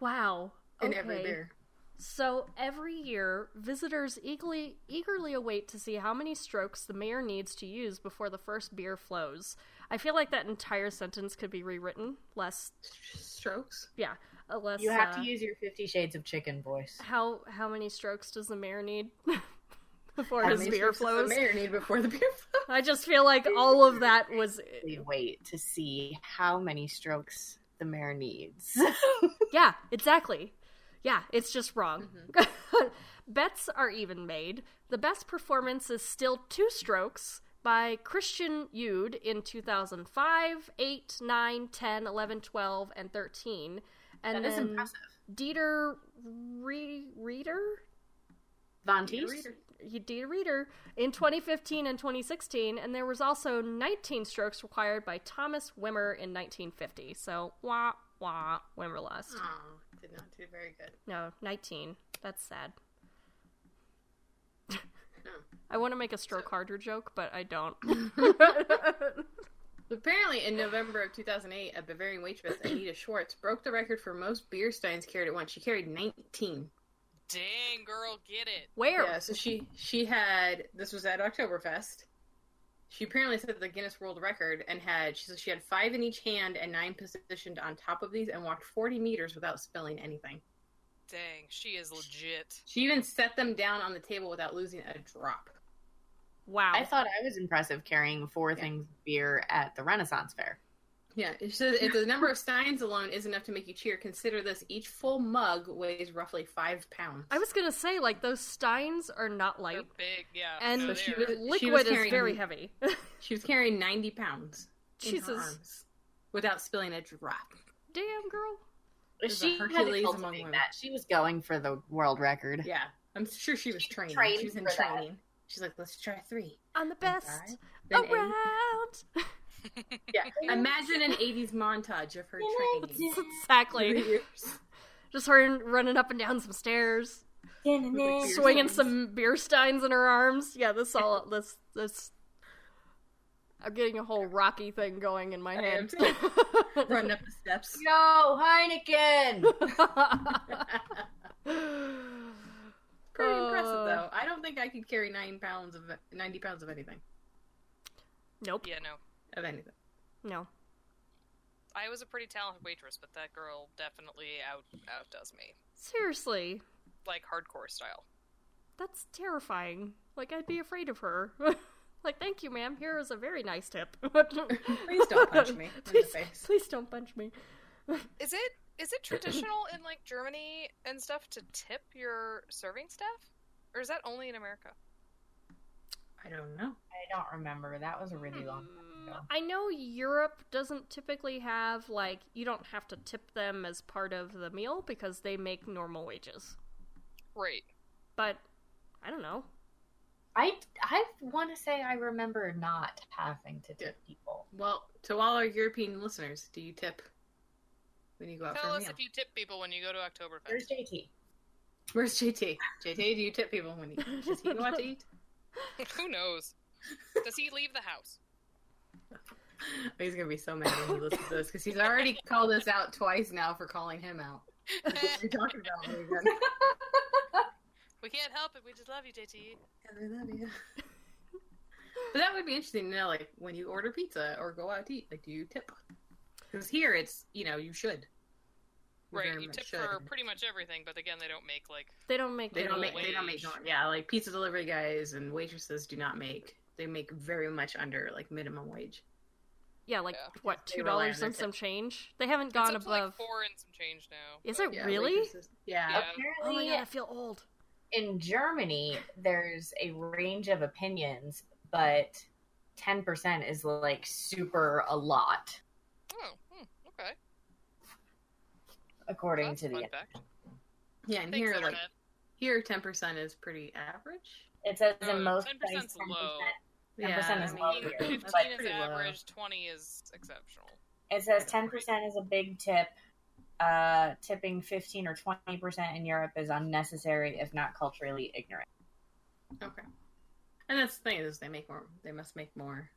Speaker 1: Wow.
Speaker 2: in every beer.
Speaker 1: So every year, visitors eagerly, eagerly await to see how many strokes the mayor needs to use before the first beer flows. I feel like that entire sentence could be rewritten. Less,
Speaker 2: S- Strokes.
Speaker 1: yeah, uh, less.
Speaker 4: You have
Speaker 1: uh,
Speaker 4: to use your Fifty Shades of Chicken voice.
Speaker 2: Uh,
Speaker 1: how how many strokes does the mayor need before
Speaker 4: How
Speaker 1: his
Speaker 4: many
Speaker 1: beer
Speaker 2: strokes does
Speaker 1: flows?
Speaker 2: The mayor need before the beer flows.
Speaker 1: I just feel like all of that was
Speaker 4: We wait to see how many strokes the mayor needs.
Speaker 1: yeah, exactly. Yeah, it's just wrong.
Speaker 4: Mm-hmm.
Speaker 1: Bets are even made. The best performance is still two strokes by Christian Yude in 2005, 8, 9, 10, 11, 12, and 13. And
Speaker 4: That is
Speaker 1: then
Speaker 4: impressive.
Speaker 1: Dieter Re- Reader?
Speaker 4: Von
Speaker 2: Need a
Speaker 4: Teese?
Speaker 2: reader.
Speaker 1: You Dieter Reader in 2015 and 2016. And there was also 19 strokes required by Thomas Wimmer in 1950. So, wah, wah, Wimmer lost.
Speaker 2: Oh, did not do very good.
Speaker 1: No, 19. That's sad.
Speaker 2: No.
Speaker 1: I want to make a stroke
Speaker 2: So-
Speaker 1: harder joke, but I don't.
Speaker 2: Apparently, in November of 2008, a Bavarian waitress, Anita Schwartz, broke the record for most beer steins carried at once. She carried 19.
Speaker 3: Dang, girl, get it.
Speaker 1: Where?
Speaker 2: Yeah, so she she had this was at Oktoberfest. She apparently set the Guinness World Record and had she said she had five in each hand and nine positioned on top of these and walked 40 meters without spilling anything.
Speaker 3: Dang, she is legit.
Speaker 2: She even set them down on the table without losing a drop.
Speaker 1: Wow.
Speaker 4: I thought I was impressive carrying four things of beer at the Renaissance Fair.
Speaker 2: Yeah, it says if the number of steins alone is enough to make you cheer, consider this: each full mug weighs roughly five pounds.
Speaker 1: I was going to say, like, those steins are not
Speaker 3: They're
Speaker 1: light,
Speaker 3: big, yeah.
Speaker 1: and
Speaker 3: no,
Speaker 2: So she
Speaker 3: they're-
Speaker 2: was-
Speaker 1: liquid is
Speaker 2: carrying-
Speaker 1: very heavy.
Speaker 2: She was carrying 90 pounds. in her
Speaker 1: Jesus.
Speaker 2: arms without spilling a drop.
Speaker 1: Damn, girl.
Speaker 2: There's a
Speaker 4: She had to
Speaker 2: Hercules among
Speaker 4: cultivate
Speaker 2: women.
Speaker 4: that. She was going for the world record.
Speaker 2: Yeah, I'm sure she was trained.
Speaker 4: trained
Speaker 2: She was in
Speaker 4: for that.
Speaker 2: training. She's like, let's try three.
Speaker 1: I'm the
Speaker 2: then
Speaker 1: best
Speaker 2: five, then
Speaker 1: around.
Speaker 2: eight." Yeah, imagine an 80s montage of her training.
Speaker 1: exactly. Just her running up and down some stairs,
Speaker 2: Beer
Speaker 1: swinging
Speaker 2: steins.
Speaker 1: some beer steins in her arms. Yeah, this all this this. I'm getting a whole Rocky thing going in my
Speaker 2: I
Speaker 1: head.
Speaker 2: am Running up the steps.
Speaker 4: Yo, Heineken!
Speaker 2: Pretty impressive,
Speaker 1: Uh,
Speaker 2: though. I don't think I could carry nine pounds of 90 pounds of anything.
Speaker 1: Nope.
Speaker 3: yeah, no.
Speaker 2: Of anything.
Speaker 1: No.
Speaker 3: I was a pretty talented waitress, but that girl definitely out outdoes me.
Speaker 1: Seriously,
Speaker 3: Like hardcore style.
Speaker 1: that's terrifying. Like I'd be afraid of her. like, thank you, ma'am. Here is a very nice tip.
Speaker 2: Please don't punch me in the
Speaker 1: please,
Speaker 2: face.
Speaker 1: please don't punch me.
Speaker 3: Is it is it traditional in like Germany and stuff to tip your serving staff? Or is that only in America?
Speaker 2: I don't know.
Speaker 4: I don't remember. That was a really long
Speaker 3: Hmm.
Speaker 4: time ago.
Speaker 1: Hmm. I know Europe doesn't typically have like you don't have to tip them as part of the meal because they make normal wages.
Speaker 3: Right.
Speaker 1: But I don't know.
Speaker 4: I, I want to say I remember not having to tip people.
Speaker 2: Well, to all our European listeners, do you tip when you go out
Speaker 3: Tell
Speaker 2: Uh, for a
Speaker 3: us
Speaker 2: meal?
Speaker 3: if you tip people when you go to Oktoberfest.
Speaker 4: Where's JT?
Speaker 2: Where's JT? JT, do you tip people when you does he go out to eat?
Speaker 3: Who knows? Does he leave the house?
Speaker 2: Oh, He's gonna be so mad when he listens to this because he's already called us out twice now for calling him out. We're talking about him again.
Speaker 3: we can't help it. We just love you, JT.
Speaker 2: And I love you. But that would be interesting to know, like when you order pizza or go out to eat, like do you tip? Because here it's you know you should. You
Speaker 3: Right.
Speaker 2: very
Speaker 3: You
Speaker 2: much
Speaker 3: tip
Speaker 2: should.
Speaker 3: for pretty much everything, but again, they don't make like
Speaker 1: They don't make
Speaker 2: They don't
Speaker 1: any
Speaker 2: make. They don't make.
Speaker 3: wage.
Speaker 2: Yeah, like pizza delivery guys and waitresses do not make. They make very much under like minimum wage.
Speaker 1: Yeah, like
Speaker 3: Yeah.
Speaker 1: what, two
Speaker 2: They rely on
Speaker 1: dollars
Speaker 2: their
Speaker 1: and some
Speaker 2: tip.
Speaker 1: change? They haven't
Speaker 3: it's
Speaker 1: gone
Speaker 3: up to, like,
Speaker 1: above
Speaker 3: four and some change now.
Speaker 1: Is
Speaker 3: but-
Speaker 1: it
Speaker 2: Yeah,
Speaker 1: really?
Speaker 2: waitresses- Yeah.
Speaker 3: Yeah.
Speaker 1: Oh my
Speaker 4: Apparently,
Speaker 1: god, I feel old.
Speaker 4: in Germany, there's a range of opinions, but 10% is like super a lot,
Speaker 3: Oh, hmm, okay.
Speaker 4: according
Speaker 3: That's
Speaker 4: to the.
Speaker 3: fun fact.
Speaker 2: Yeah, and
Speaker 3: Thanks,
Speaker 2: here like
Speaker 3: Internet.
Speaker 2: here ten percent is pretty average.
Speaker 4: It says
Speaker 3: No,
Speaker 4: in most
Speaker 3: 10%
Speaker 4: places, 10%
Speaker 3: is Uh, low.
Speaker 4: 10% is low here.
Speaker 3: Fifteen
Speaker 4: That's
Speaker 2: like,
Speaker 3: is
Speaker 2: pretty low.
Speaker 3: average. Twenty is exceptional.
Speaker 4: It says ten percent is a big tip. Uh, tipping fifteen or twenty percent in Europe is unnecessary, if not culturally ignorant.
Speaker 2: Okay. And that's the thing is they make more. They must make more.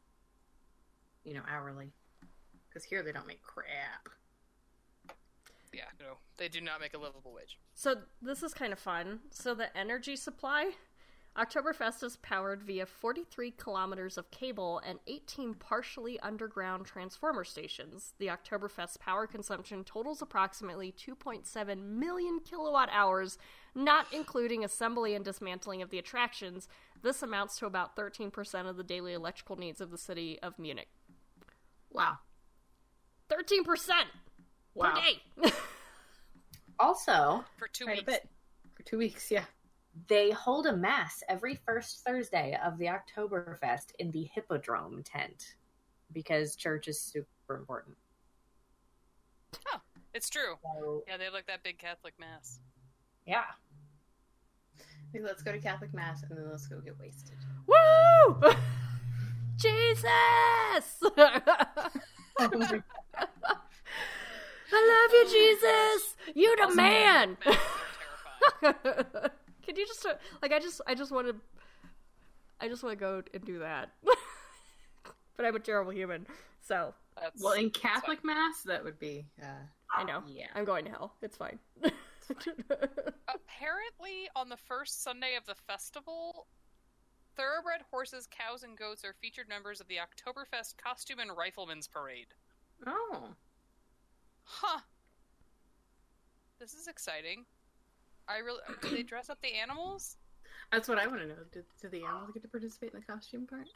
Speaker 2: You know, hourly. Because here they don't make crap.
Speaker 3: Yeah, no, they do not make a livable wage.
Speaker 1: So this is kind of fun. So the energy supply, Oktoberfest is powered via 43 kilometers of cable and 18 partially underground transformer stations. The Oktoberfest power consumption totals approximately 2.7 million kilowatt hours, not including assembly and dismantling of the attractions. This amounts to about 13% of the daily electrical needs of the city of Munich.
Speaker 2: Wow.
Speaker 1: 13%
Speaker 2: Wow.
Speaker 1: per day.
Speaker 4: Also,
Speaker 3: For two
Speaker 2: Quite a
Speaker 3: weeks.
Speaker 2: bit. For two weeks, yeah.
Speaker 4: they hold a mass every first Thursday of the Oktoberfest in the Hippodrome tent because church is super important.
Speaker 3: It's true.
Speaker 4: So,
Speaker 3: Yeah, they have like that big Catholic mass.
Speaker 4: yeah.
Speaker 2: Like, let's go to Catholic Mass and then let's go get wasted.
Speaker 1: Woo! Jesus! I love you, Jesus. You the
Speaker 3: Also,
Speaker 1: man.
Speaker 3: masses are terrifying.
Speaker 1: Can you just uh, like I just I just want to I just want to go and do that. but I'm a terrible human, so
Speaker 3: That's,
Speaker 2: Well, in Catholic Mass, that would be. Uh,
Speaker 1: I know
Speaker 2: yeah.
Speaker 1: I'm going to hell. It's fine.
Speaker 3: apparently, on the first Sunday of the festival, thoroughbred horses, cows, and goats are featured members of the Oktoberfest Costume and Riflemen's Parade.
Speaker 2: Oh.
Speaker 3: Huh. This is exciting. I really do they dress up the animals?
Speaker 2: That's what I want to know. Did, did the animals get to participate in the costume part?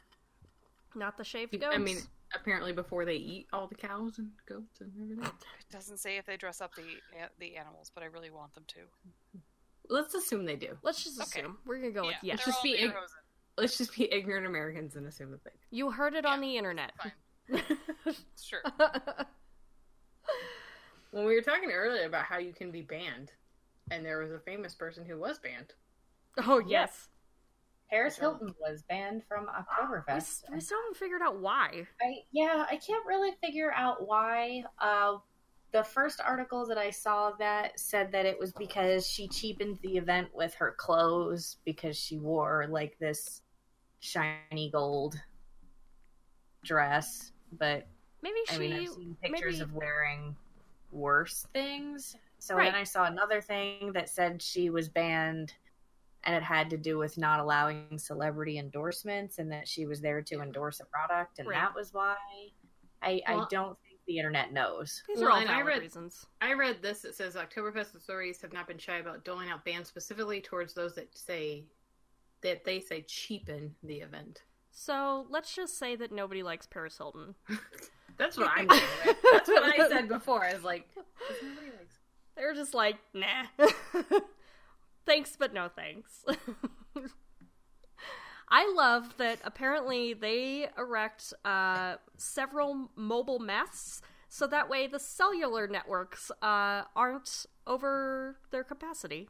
Speaker 1: Not the shaved goats.
Speaker 2: I mean, apparently before they eat all the cows and goats and everything.
Speaker 3: It doesn't say if they dress up the the animals, but I really want them to.
Speaker 2: Let's assume they do.
Speaker 1: let's just
Speaker 3: okay.
Speaker 1: assume we're gonna go with
Speaker 3: yeah,
Speaker 1: yes.
Speaker 2: It's
Speaker 3: they're
Speaker 2: just
Speaker 3: all
Speaker 2: be-
Speaker 3: Lederhosen.
Speaker 2: Let's just be ignorant Americans and assume that they do.
Speaker 1: You heard it on the internet.
Speaker 3: Sure.
Speaker 2: When we were talking earlier about how you can be banned, and there was a famous person who was banned.
Speaker 1: oh yes.
Speaker 4: Paris
Speaker 2: Sure.
Speaker 4: Hilton was banned from
Speaker 1: We,
Speaker 4: Oktoberfest.
Speaker 1: s- we still haven't figured out why.
Speaker 4: I, yeah, I can't really figure out why. Uh, the first article that I saw that said that it was because she cheapened the event with her clothes because she wore like this shiny gold dress. But
Speaker 1: Maybe she
Speaker 4: I mean, I've seen pictures
Speaker 1: maybe-
Speaker 4: of wearing worse things. So
Speaker 1: Right.
Speaker 4: then I saw another thing that said she was banned and it had to do with not allowing celebrity endorsements and that she was there to endorse a product and
Speaker 1: Right.
Speaker 4: that was why. I,
Speaker 2: Well-
Speaker 4: I don't think the internet knows.
Speaker 1: these are
Speaker 2: Well,
Speaker 1: all
Speaker 2: and I
Speaker 1: valid
Speaker 2: read-
Speaker 1: reasons.
Speaker 2: I read this. It says Oktoberfest authorities have not been shy about doling out bans specifically towards those that say that they say cheapen the event.
Speaker 1: So let's just say that nobody likes Paris Hilton.
Speaker 2: That's what I'm. doing, right? That's what I said before. I was like, nobody likes.
Speaker 1: They're just like, nah. thanks, but no thanks. I love that apparently they erect uh, several mobile masts so that way the cellular networks uh, aren't over their capacity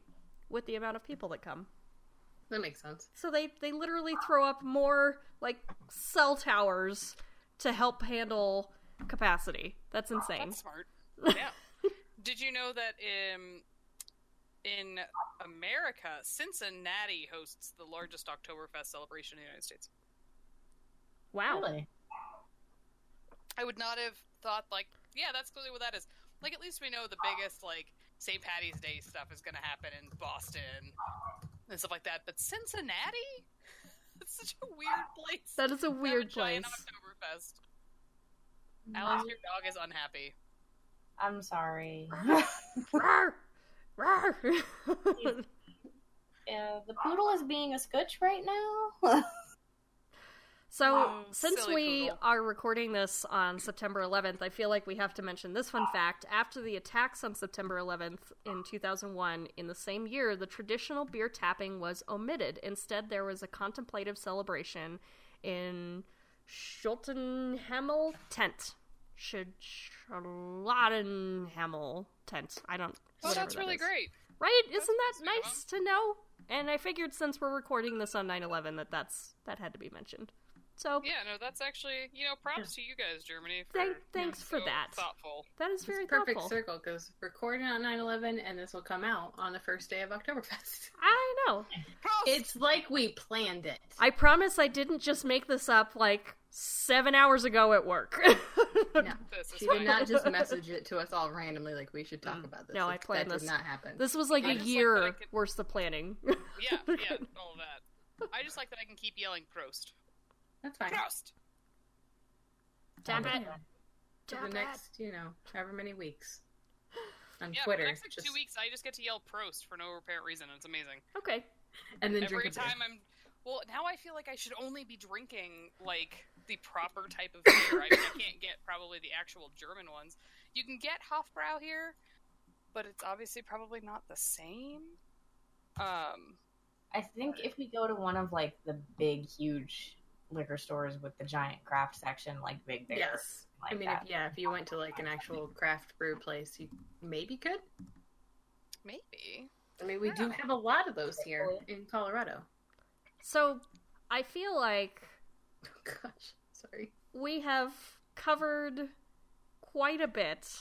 Speaker 1: with the amount of people that come.
Speaker 2: That makes sense.
Speaker 1: So they, they literally throw up more like cell towers to help handle capacity. That's insane.
Speaker 3: That's smart. Yeah. Did you know that in in America, Cincinnati hosts the largest Oktoberfest celebration in the United States?
Speaker 1: Wow.
Speaker 4: Really?
Speaker 3: I would not have thought like, yeah, that's clearly what that is. Like, at least we know the biggest like St. Patty's Day stuff is going to happen in Boston and stuff like that. But Cincinnati, that's such a weird place.
Speaker 1: That is a
Speaker 3: to have
Speaker 1: weird
Speaker 3: a giant
Speaker 1: place.
Speaker 3: Oktoberfest. Alice, your dog is unhappy.
Speaker 4: I'm sorry.
Speaker 1: Rawr! Rawr!
Speaker 4: Yeah, the poodle is being a scutch right now.
Speaker 1: so,
Speaker 3: Oh,
Speaker 1: since
Speaker 3: silly
Speaker 1: we
Speaker 3: poodle.
Speaker 1: are recording this on September 11th, I feel like we have to mention this fun fact. After the attacks on September 11th in 2001, in the same year, the traditional beer tapping was omitted. Instead, there was a contemplative celebration in Schultenhamel tent. Should Schultenhamel tent. I don't.
Speaker 3: Oh,
Speaker 1: whatever
Speaker 3: that's
Speaker 1: that
Speaker 3: really
Speaker 1: is.
Speaker 3: great.
Speaker 1: Right?
Speaker 3: That's
Speaker 1: Isn't that
Speaker 3: sweet of
Speaker 1: nice to know? And I figured since we're recording this on 9/11 that that's that had to be mentioned. So
Speaker 3: Yeah, no, that's actually you know props to you guys, Germany. For,
Speaker 1: Thank- thanks
Speaker 3: being
Speaker 1: for
Speaker 3: so
Speaker 1: that.
Speaker 3: Thoughtful.
Speaker 1: that is
Speaker 2: It's
Speaker 1: very
Speaker 2: a perfect
Speaker 1: thoughtful.
Speaker 2: circle because recording on 9/11 and this will come out on the first day of Oktoberfest.
Speaker 1: I know.
Speaker 2: It's like we planned it.
Speaker 1: I promise I didn't just make this up like 7 hours ago at work.
Speaker 2: No,
Speaker 3: This is
Speaker 2: she
Speaker 3: fine.
Speaker 2: did not just message it to us all randomly like we should talk about this.
Speaker 1: No, I
Speaker 2: That-
Speaker 1: planned
Speaker 2: that
Speaker 1: this.
Speaker 2: did not happen.
Speaker 1: This was like
Speaker 3: I
Speaker 1: a
Speaker 3: just like
Speaker 1: year
Speaker 3: that I could-
Speaker 1: worth of planning.
Speaker 3: Yeah, yeah, all of that. I just like that I can keep yelling Prost.
Speaker 2: That's fine.
Speaker 3: Prost!
Speaker 1: Damn it.
Speaker 2: For
Speaker 1: Damn
Speaker 2: the
Speaker 1: it.
Speaker 2: next, you know, however many weeks on
Speaker 3: Yeah, for
Speaker 2: Twitter,
Speaker 3: the next like
Speaker 2: just-
Speaker 3: two weeks, I just get to yell Prost for no apparent reason. and It's amazing.
Speaker 1: Okay.
Speaker 2: and then
Speaker 3: Every
Speaker 2: drink a beer.
Speaker 3: time I'm. Well, now I feel like I should only be drinking, like, the proper type of beer. I, mean, I can't get probably the actual German ones. You can get Hofbrau here, but it's obviously probably not the same. Um,
Speaker 4: I think if we go to one of like the big, huge liquor stores with the giant craft section, like Big Bear,
Speaker 2: Yes.
Speaker 4: like
Speaker 2: I mean,
Speaker 4: that.
Speaker 2: if, yeah, if you went to like an actual craft brew place, you maybe could.
Speaker 3: maybe.
Speaker 2: I mean, we do
Speaker 3: Yeah.
Speaker 2: have a lot of those here in Colorado.
Speaker 1: So I feel like
Speaker 2: Oh, gosh, sorry.
Speaker 1: we have covered quite a bit,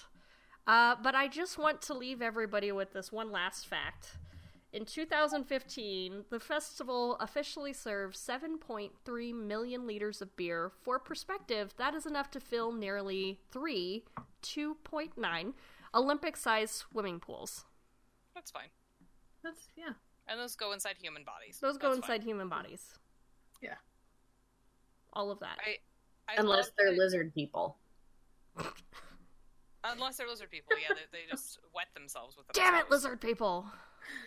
Speaker 1: uh, but I just want to leave everybody with this one last fact. In 2015, the festival officially served 7.3 million liters of beer. For perspective, that is enough to fill nearly three 2.9 Olympic sized swimming pools.
Speaker 3: That's fine.
Speaker 2: That's yeah.
Speaker 3: And those go inside human bodies.
Speaker 1: Those go
Speaker 3: That's
Speaker 1: inside
Speaker 3: fine.
Speaker 1: human bodies.
Speaker 2: Yeah.
Speaker 1: All of that.
Speaker 3: I- I
Speaker 4: unless
Speaker 3: love
Speaker 4: they're
Speaker 3: that-
Speaker 4: lizard people.
Speaker 3: Unless they're lizard people, yeah, they, they just wet themselves with the
Speaker 1: Damn it,
Speaker 3: lizards.
Speaker 1: lizard people!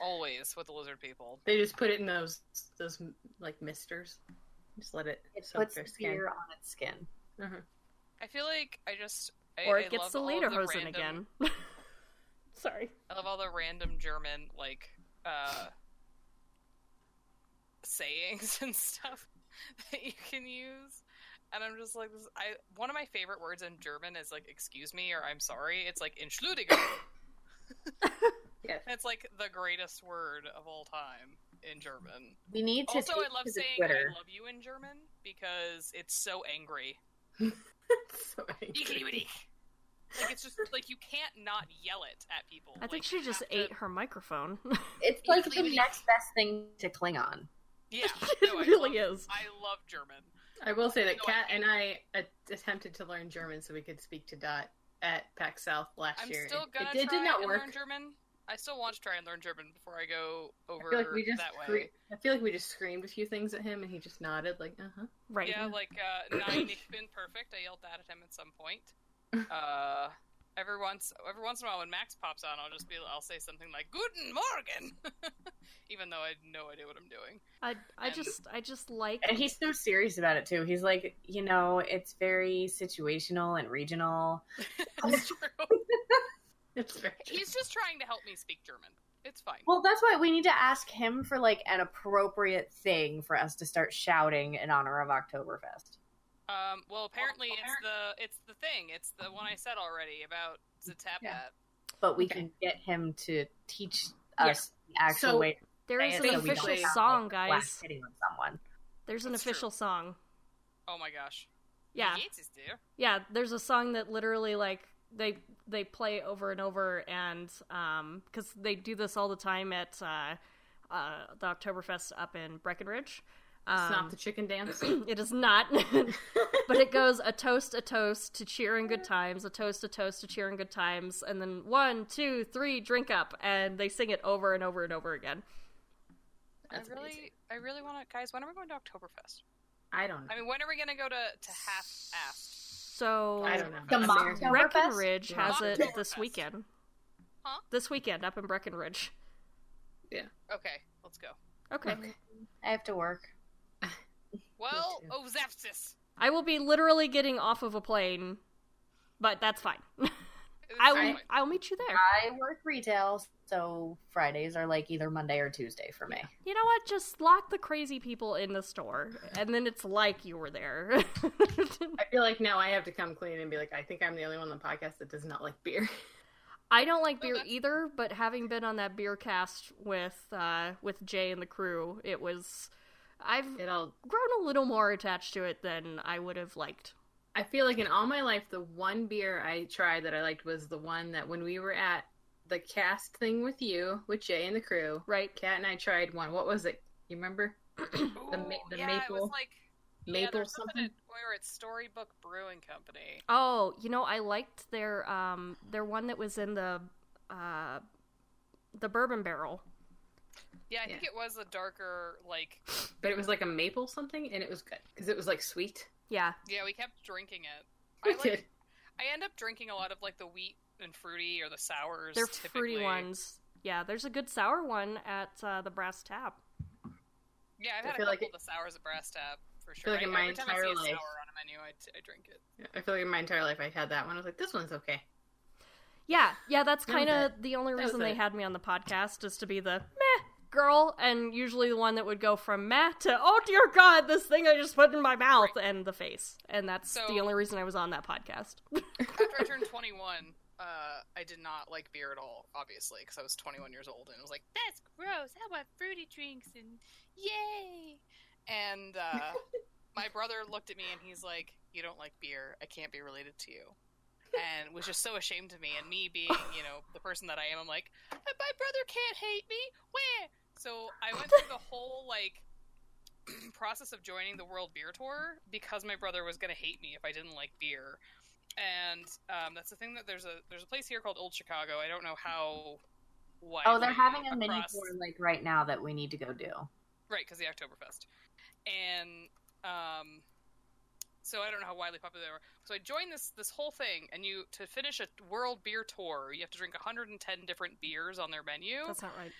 Speaker 3: Always with the lizard people.
Speaker 2: They just put it in those those like misters. Just let it.
Speaker 4: It
Speaker 2: soak
Speaker 4: puts
Speaker 2: their
Speaker 4: the
Speaker 2: skin.
Speaker 4: beer on its skin.
Speaker 3: I feel like I just I,
Speaker 1: or
Speaker 3: I
Speaker 1: it gets
Speaker 3: love
Speaker 1: the
Speaker 3: all
Speaker 1: later
Speaker 3: of the
Speaker 1: hosen
Speaker 3: random,
Speaker 1: again. Sorry.
Speaker 3: I love all the random German like uh sayings and stuff that you can use. And I'm just like this I one of my favorite words in German is like excuse me or I'm sorry. It's like Entschuldigung.
Speaker 2: Yes.
Speaker 3: It's like the greatest word of all time in German.
Speaker 4: We need to
Speaker 3: Also,
Speaker 4: take
Speaker 3: I love
Speaker 4: to the
Speaker 3: saying
Speaker 4: Twitter.
Speaker 3: "I love you" in German because it's so angry.
Speaker 2: so
Speaker 3: like
Speaker 2: angry.
Speaker 3: it's just like you can't not yell it at people.
Speaker 1: I think
Speaker 3: Like,
Speaker 1: she
Speaker 3: you
Speaker 1: just
Speaker 3: have to-
Speaker 1: ate her microphone.
Speaker 4: It's like
Speaker 3: Easily
Speaker 4: the
Speaker 3: we-
Speaker 4: next best thing to Klingon.
Speaker 3: Yeah,
Speaker 1: it
Speaker 3: no, I
Speaker 1: really
Speaker 3: love-
Speaker 1: is.
Speaker 3: I love German.
Speaker 2: I will say that
Speaker 3: No, I
Speaker 2: Kat and I a- attempted to learn German so we could speak to Dot at Pack South last
Speaker 3: I'm
Speaker 2: year.
Speaker 3: still
Speaker 2: It-
Speaker 3: gonna
Speaker 2: it did,
Speaker 3: try
Speaker 2: did not
Speaker 3: and
Speaker 2: work.
Speaker 3: learn German. I still want to try and learn German before I go
Speaker 2: I
Speaker 3: over
Speaker 2: feel like we just
Speaker 3: that way.
Speaker 2: scre- I feel like we just screamed a few things at him and he just nodded like uh huh.
Speaker 1: right.
Speaker 3: Yeah, like uh, nine. Ich bin perfect. I yelled that at him at some point. Uh, every once, every once in a while, when Max pops on, I'll just be, I'll say something like "Guten Morgen," even though I had no idea what I'm doing.
Speaker 1: I, I
Speaker 3: and-
Speaker 1: just I just like
Speaker 4: And he's so serious about it too. He's like, you know, it's very situational and regional.
Speaker 3: It's true.
Speaker 2: It's very
Speaker 3: He's just trying to help me speak German. It's fine.
Speaker 4: Well, that's why we need to ask him for like an appropriate thing for us to start shouting in honor of Oktoberfest.
Speaker 3: Um, well, apparently it's the it's the thing. It's the one I said already about Zatappat.
Speaker 2: Yeah.
Speaker 4: But we
Speaker 2: Okay.
Speaker 4: can get him to teach
Speaker 2: Yeah.
Speaker 4: us the actual
Speaker 2: So,
Speaker 4: way.
Speaker 1: there is
Speaker 4: so
Speaker 1: an
Speaker 4: we don't
Speaker 1: official
Speaker 2: sound
Speaker 1: song,
Speaker 4: like
Speaker 1: guys.
Speaker 4: blast Hitting on someone.
Speaker 1: There's an
Speaker 3: That's
Speaker 1: official song.
Speaker 3: Oh my gosh.
Speaker 1: Yeah.
Speaker 3: Gates is there.
Speaker 1: Yeah, there's a song that literally like they they play over and over and um cuz they do this all the time at uh uh the Oktoberfest up in Breckenridge.
Speaker 2: it's
Speaker 1: Um,
Speaker 2: not the chicken dance.
Speaker 1: it is not. but it goes a toast, a toast to cheer and good times, a toast, a toast to cheer and good times, and then one, two, three, drink up, and they sing it over and over and over again.
Speaker 2: That's
Speaker 3: I really,
Speaker 2: amazing.
Speaker 3: I really want to, guys. When are we going to Oktoberfest?
Speaker 2: I don't know.
Speaker 3: I mean, when are we going to go to to half ass?
Speaker 1: So
Speaker 2: I don't know.
Speaker 4: The
Speaker 2: American-
Speaker 4: Mocktober-
Speaker 1: Breckenridge
Speaker 2: Yeah.
Speaker 1: has it
Speaker 3: Oktoberfest.
Speaker 1: this weekend.
Speaker 3: Huh?
Speaker 1: This weekend up in Breckenridge.
Speaker 3: Okay, let's go.
Speaker 1: Okay.
Speaker 4: I have to work.
Speaker 3: Well,
Speaker 2: too.
Speaker 3: oh Zepsis.
Speaker 1: I will be literally getting off of a plane, but that's fine. I will. I, will meet you there.
Speaker 4: I work retail, so Fridays are like either Monday or Tuesday for me.
Speaker 1: You know what? Just lock the crazy people in the store, and then it's like you were there.
Speaker 2: I feel like now I have to come clean and be like, I think I'm the only one on the podcast that does not like beer.
Speaker 1: I don't like
Speaker 3: No,
Speaker 1: beer
Speaker 3: that's-
Speaker 1: either, but having been on that beer cast with uh, with Jay and the crew, it was I've
Speaker 2: It all.
Speaker 1: grown a little more attached to it than I would have liked.
Speaker 2: I feel like in all my life, the one beer I tried that I liked was the one that when we were at the cast thing with you, with Jay and the crew,
Speaker 1: Right?
Speaker 2: Kat and I tried one. What was it? You remember?
Speaker 3: Ooh,
Speaker 2: ma- the
Speaker 3: yeah, it
Speaker 2: maple.
Speaker 3: was like yeah,
Speaker 2: Maple
Speaker 3: there's
Speaker 2: something.
Speaker 3: At, where it's Storybook Brewing Company.
Speaker 1: Oh, you know, I liked their um their one that was in the uh the bourbon barrel.
Speaker 3: Yeah, I think it was a darker like.
Speaker 2: But it was like a maple something, and it was good because it was like sweet.
Speaker 1: Yeah.
Speaker 3: Yeah, we kept drinking it.
Speaker 2: We
Speaker 3: I
Speaker 2: did.
Speaker 3: like. I end up drinking a lot of like the wheat and fruity or the sours.
Speaker 1: They're
Speaker 3: typically.
Speaker 1: fruity ones. Yeah, there's a good sour one at uh, the Brass Tap.
Speaker 3: Yeah, I've
Speaker 2: I
Speaker 3: had a
Speaker 2: feel
Speaker 3: couple
Speaker 2: like
Speaker 3: of the sours at Brass Tap for sure.
Speaker 2: like in
Speaker 3: I-
Speaker 2: my
Speaker 3: every time I see
Speaker 2: entire
Speaker 3: a
Speaker 2: life-
Speaker 3: sour on a menu, I, t- I drink it.
Speaker 2: I feel like in my entire life I had that one. I was like, this one's okay.
Speaker 1: Yeah, yeah, that's
Speaker 2: That was
Speaker 1: kind of the only
Speaker 2: That was
Speaker 1: reason they
Speaker 2: it.
Speaker 1: had me on the podcast is to be the meh girl, and usually the one that would go from meh to oh dear god, this thing I just put in my mouth and the face, and that's
Speaker 3: So-
Speaker 1: the only reason I was on that podcast.
Speaker 3: After I turned 21, uh, I did not like beer at all, obviously, because I was 21 years old and I was like, that's gross. I want fruity drinks and yay. And uh, my brother looked at me and he's like, You don't like beer. I can't be related to you. And was just so ashamed of me. And me being, you know, the person that I am, I'm like, My brother can't hate me. Where? So I went through the whole, like, process of joining the World Beer Tour because my brother was going to hate me if I didn't like beer and um, that's the thing that there's a there's a place here called Old Chicago. I don't know how. Widely
Speaker 4: Oh, they're having a mini
Speaker 3: across-
Speaker 4: tour like right now that we need to go do.
Speaker 3: right because the Oktoberfest, and um, so I don't know how widely popular they were. So I joined this this whole thing, and you to finish a world beer tour, you have to drink 110 different beers on their menu.
Speaker 1: that's not right.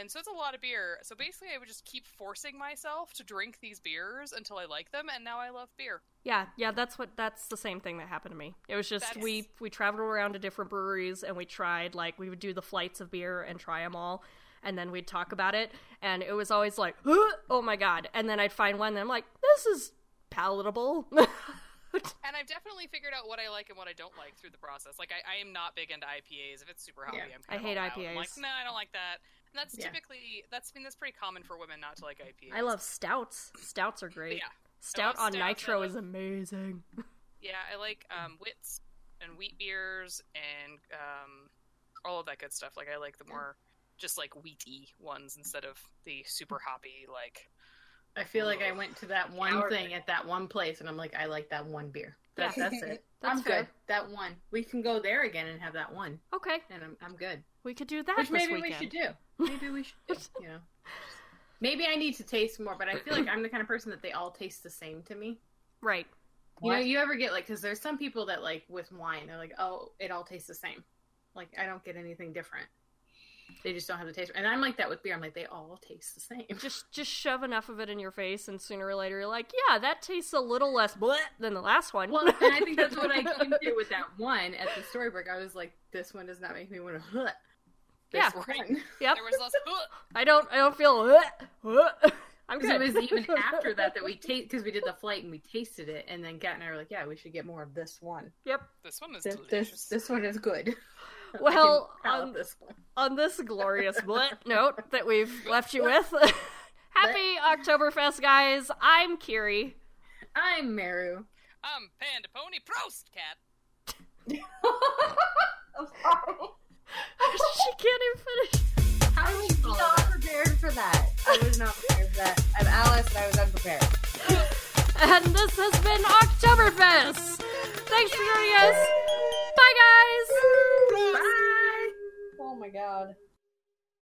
Speaker 3: And so it's a lot of beer. So basically, I would just keep forcing myself to drink these beers until I like them, and now I love beer.
Speaker 1: Yeah, yeah, that's what that's the same thing that happened to me. It was just
Speaker 3: That's-
Speaker 1: we we traveled around to different breweries and we tried like we would do the flights of beer and try them all and then we'd talk about it and it was always like, "Huh? "Oh my god." And then I'd find one and I'm like, "This is palatable."
Speaker 3: And I've definitely figured out what I like and what I don't like through the process. Like I, I am not big into IPAs. If it's super hoppy,
Speaker 2: Yeah.
Speaker 3: I'm kind
Speaker 1: I
Speaker 3: of
Speaker 1: hate
Speaker 3: all out.
Speaker 1: IPAs.
Speaker 3: I'm like, no, I don't like that. And that's
Speaker 2: Yeah.
Speaker 3: typically that's I mean that's pretty common for women not to like IPAs.
Speaker 1: I love stouts. Stouts are
Speaker 3: But
Speaker 1: great.
Speaker 3: yeah,
Speaker 1: Stout
Speaker 3: I
Speaker 1: on
Speaker 3: love stouts. I
Speaker 1: nitro
Speaker 3: love-
Speaker 1: is amazing.
Speaker 3: yeah, I like um, wits and wheat beers and um, all of that good stuff. Like I like the more just like wheaty ones instead of the super hoppy like.
Speaker 2: I feel like I went to that one
Speaker 4: Sour
Speaker 2: thing at that one place, and I'm like, I like that one beer. That,
Speaker 1: Yeah.
Speaker 2: That's it.
Speaker 1: That's
Speaker 2: I'm
Speaker 1: fair.
Speaker 2: good. That one. We can go there again and have that one,
Speaker 1: Okay,
Speaker 2: and I'm I'm good.
Speaker 1: we could do that
Speaker 2: Which
Speaker 1: this
Speaker 2: maybe
Speaker 1: weekend.
Speaker 2: we should do. Maybe we should. Do, you know. Maybe I need to taste more, but I feel like I'm the kind of person that they all taste the same to me.
Speaker 1: Right.
Speaker 2: You know,
Speaker 4: What?
Speaker 2: you ever get like, because there's some people that like with wine, they're like, oh, it all tastes the same. Like, I don't get anything different. They just don't have the taste. And I'm like that with beer. I'm like, they all taste the same.
Speaker 1: just just shove enough of it in your face and sooner or later you're like yeah that tastes a little less bleh than the last one
Speaker 2: Well, and I think that's what I came to with that one at the storybook. I was like, this one does not make me want to. This
Speaker 1: Yeah.
Speaker 2: one.
Speaker 1: Yep.
Speaker 3: There was less.
Speaker 1: i don't i don't feel bleh, bleh. i'm
Speaker 2: 'Cause
Speaker 1: good
Speaker 2: it was even after that that we taste because we did the flight and we tasted it, and then Kat and I were like, yeah, we should get more of this one.
Speaker 1: yep
Speaker 3: this one is
Speaker 2: This
Speaker 3: delicious.
Speaker 2: this, this one is good. I can
Speaker 1: Well,
Speaker 2: palate
Speaker 1: um,
Speaker 2: this one.
Speaker 1: on this glorious bleh note that we've left you with happy oktoberfest guys i'm kiri
Speaker 2: I'm Maru.
Speaker 3: I'm Um, Panda Pony Prost Cat.
Speaker 4: I'm sorry.
Speaker 1: she can't even finish
Speaker 2: How do
Speaker 4: I
Speaker 2: we
Speaker 4: was
Speaker 2: follow
Speaker 4: not
Speaker 2: that?
Speaker 4: prepared for that. I was not prepared for that. I'm Alice and I was unprepared.
Speaker 1: and this has been oktoberfest thanks for joining us bye guys
Speaker 2: Bye.
Speaker 4: Oh my god.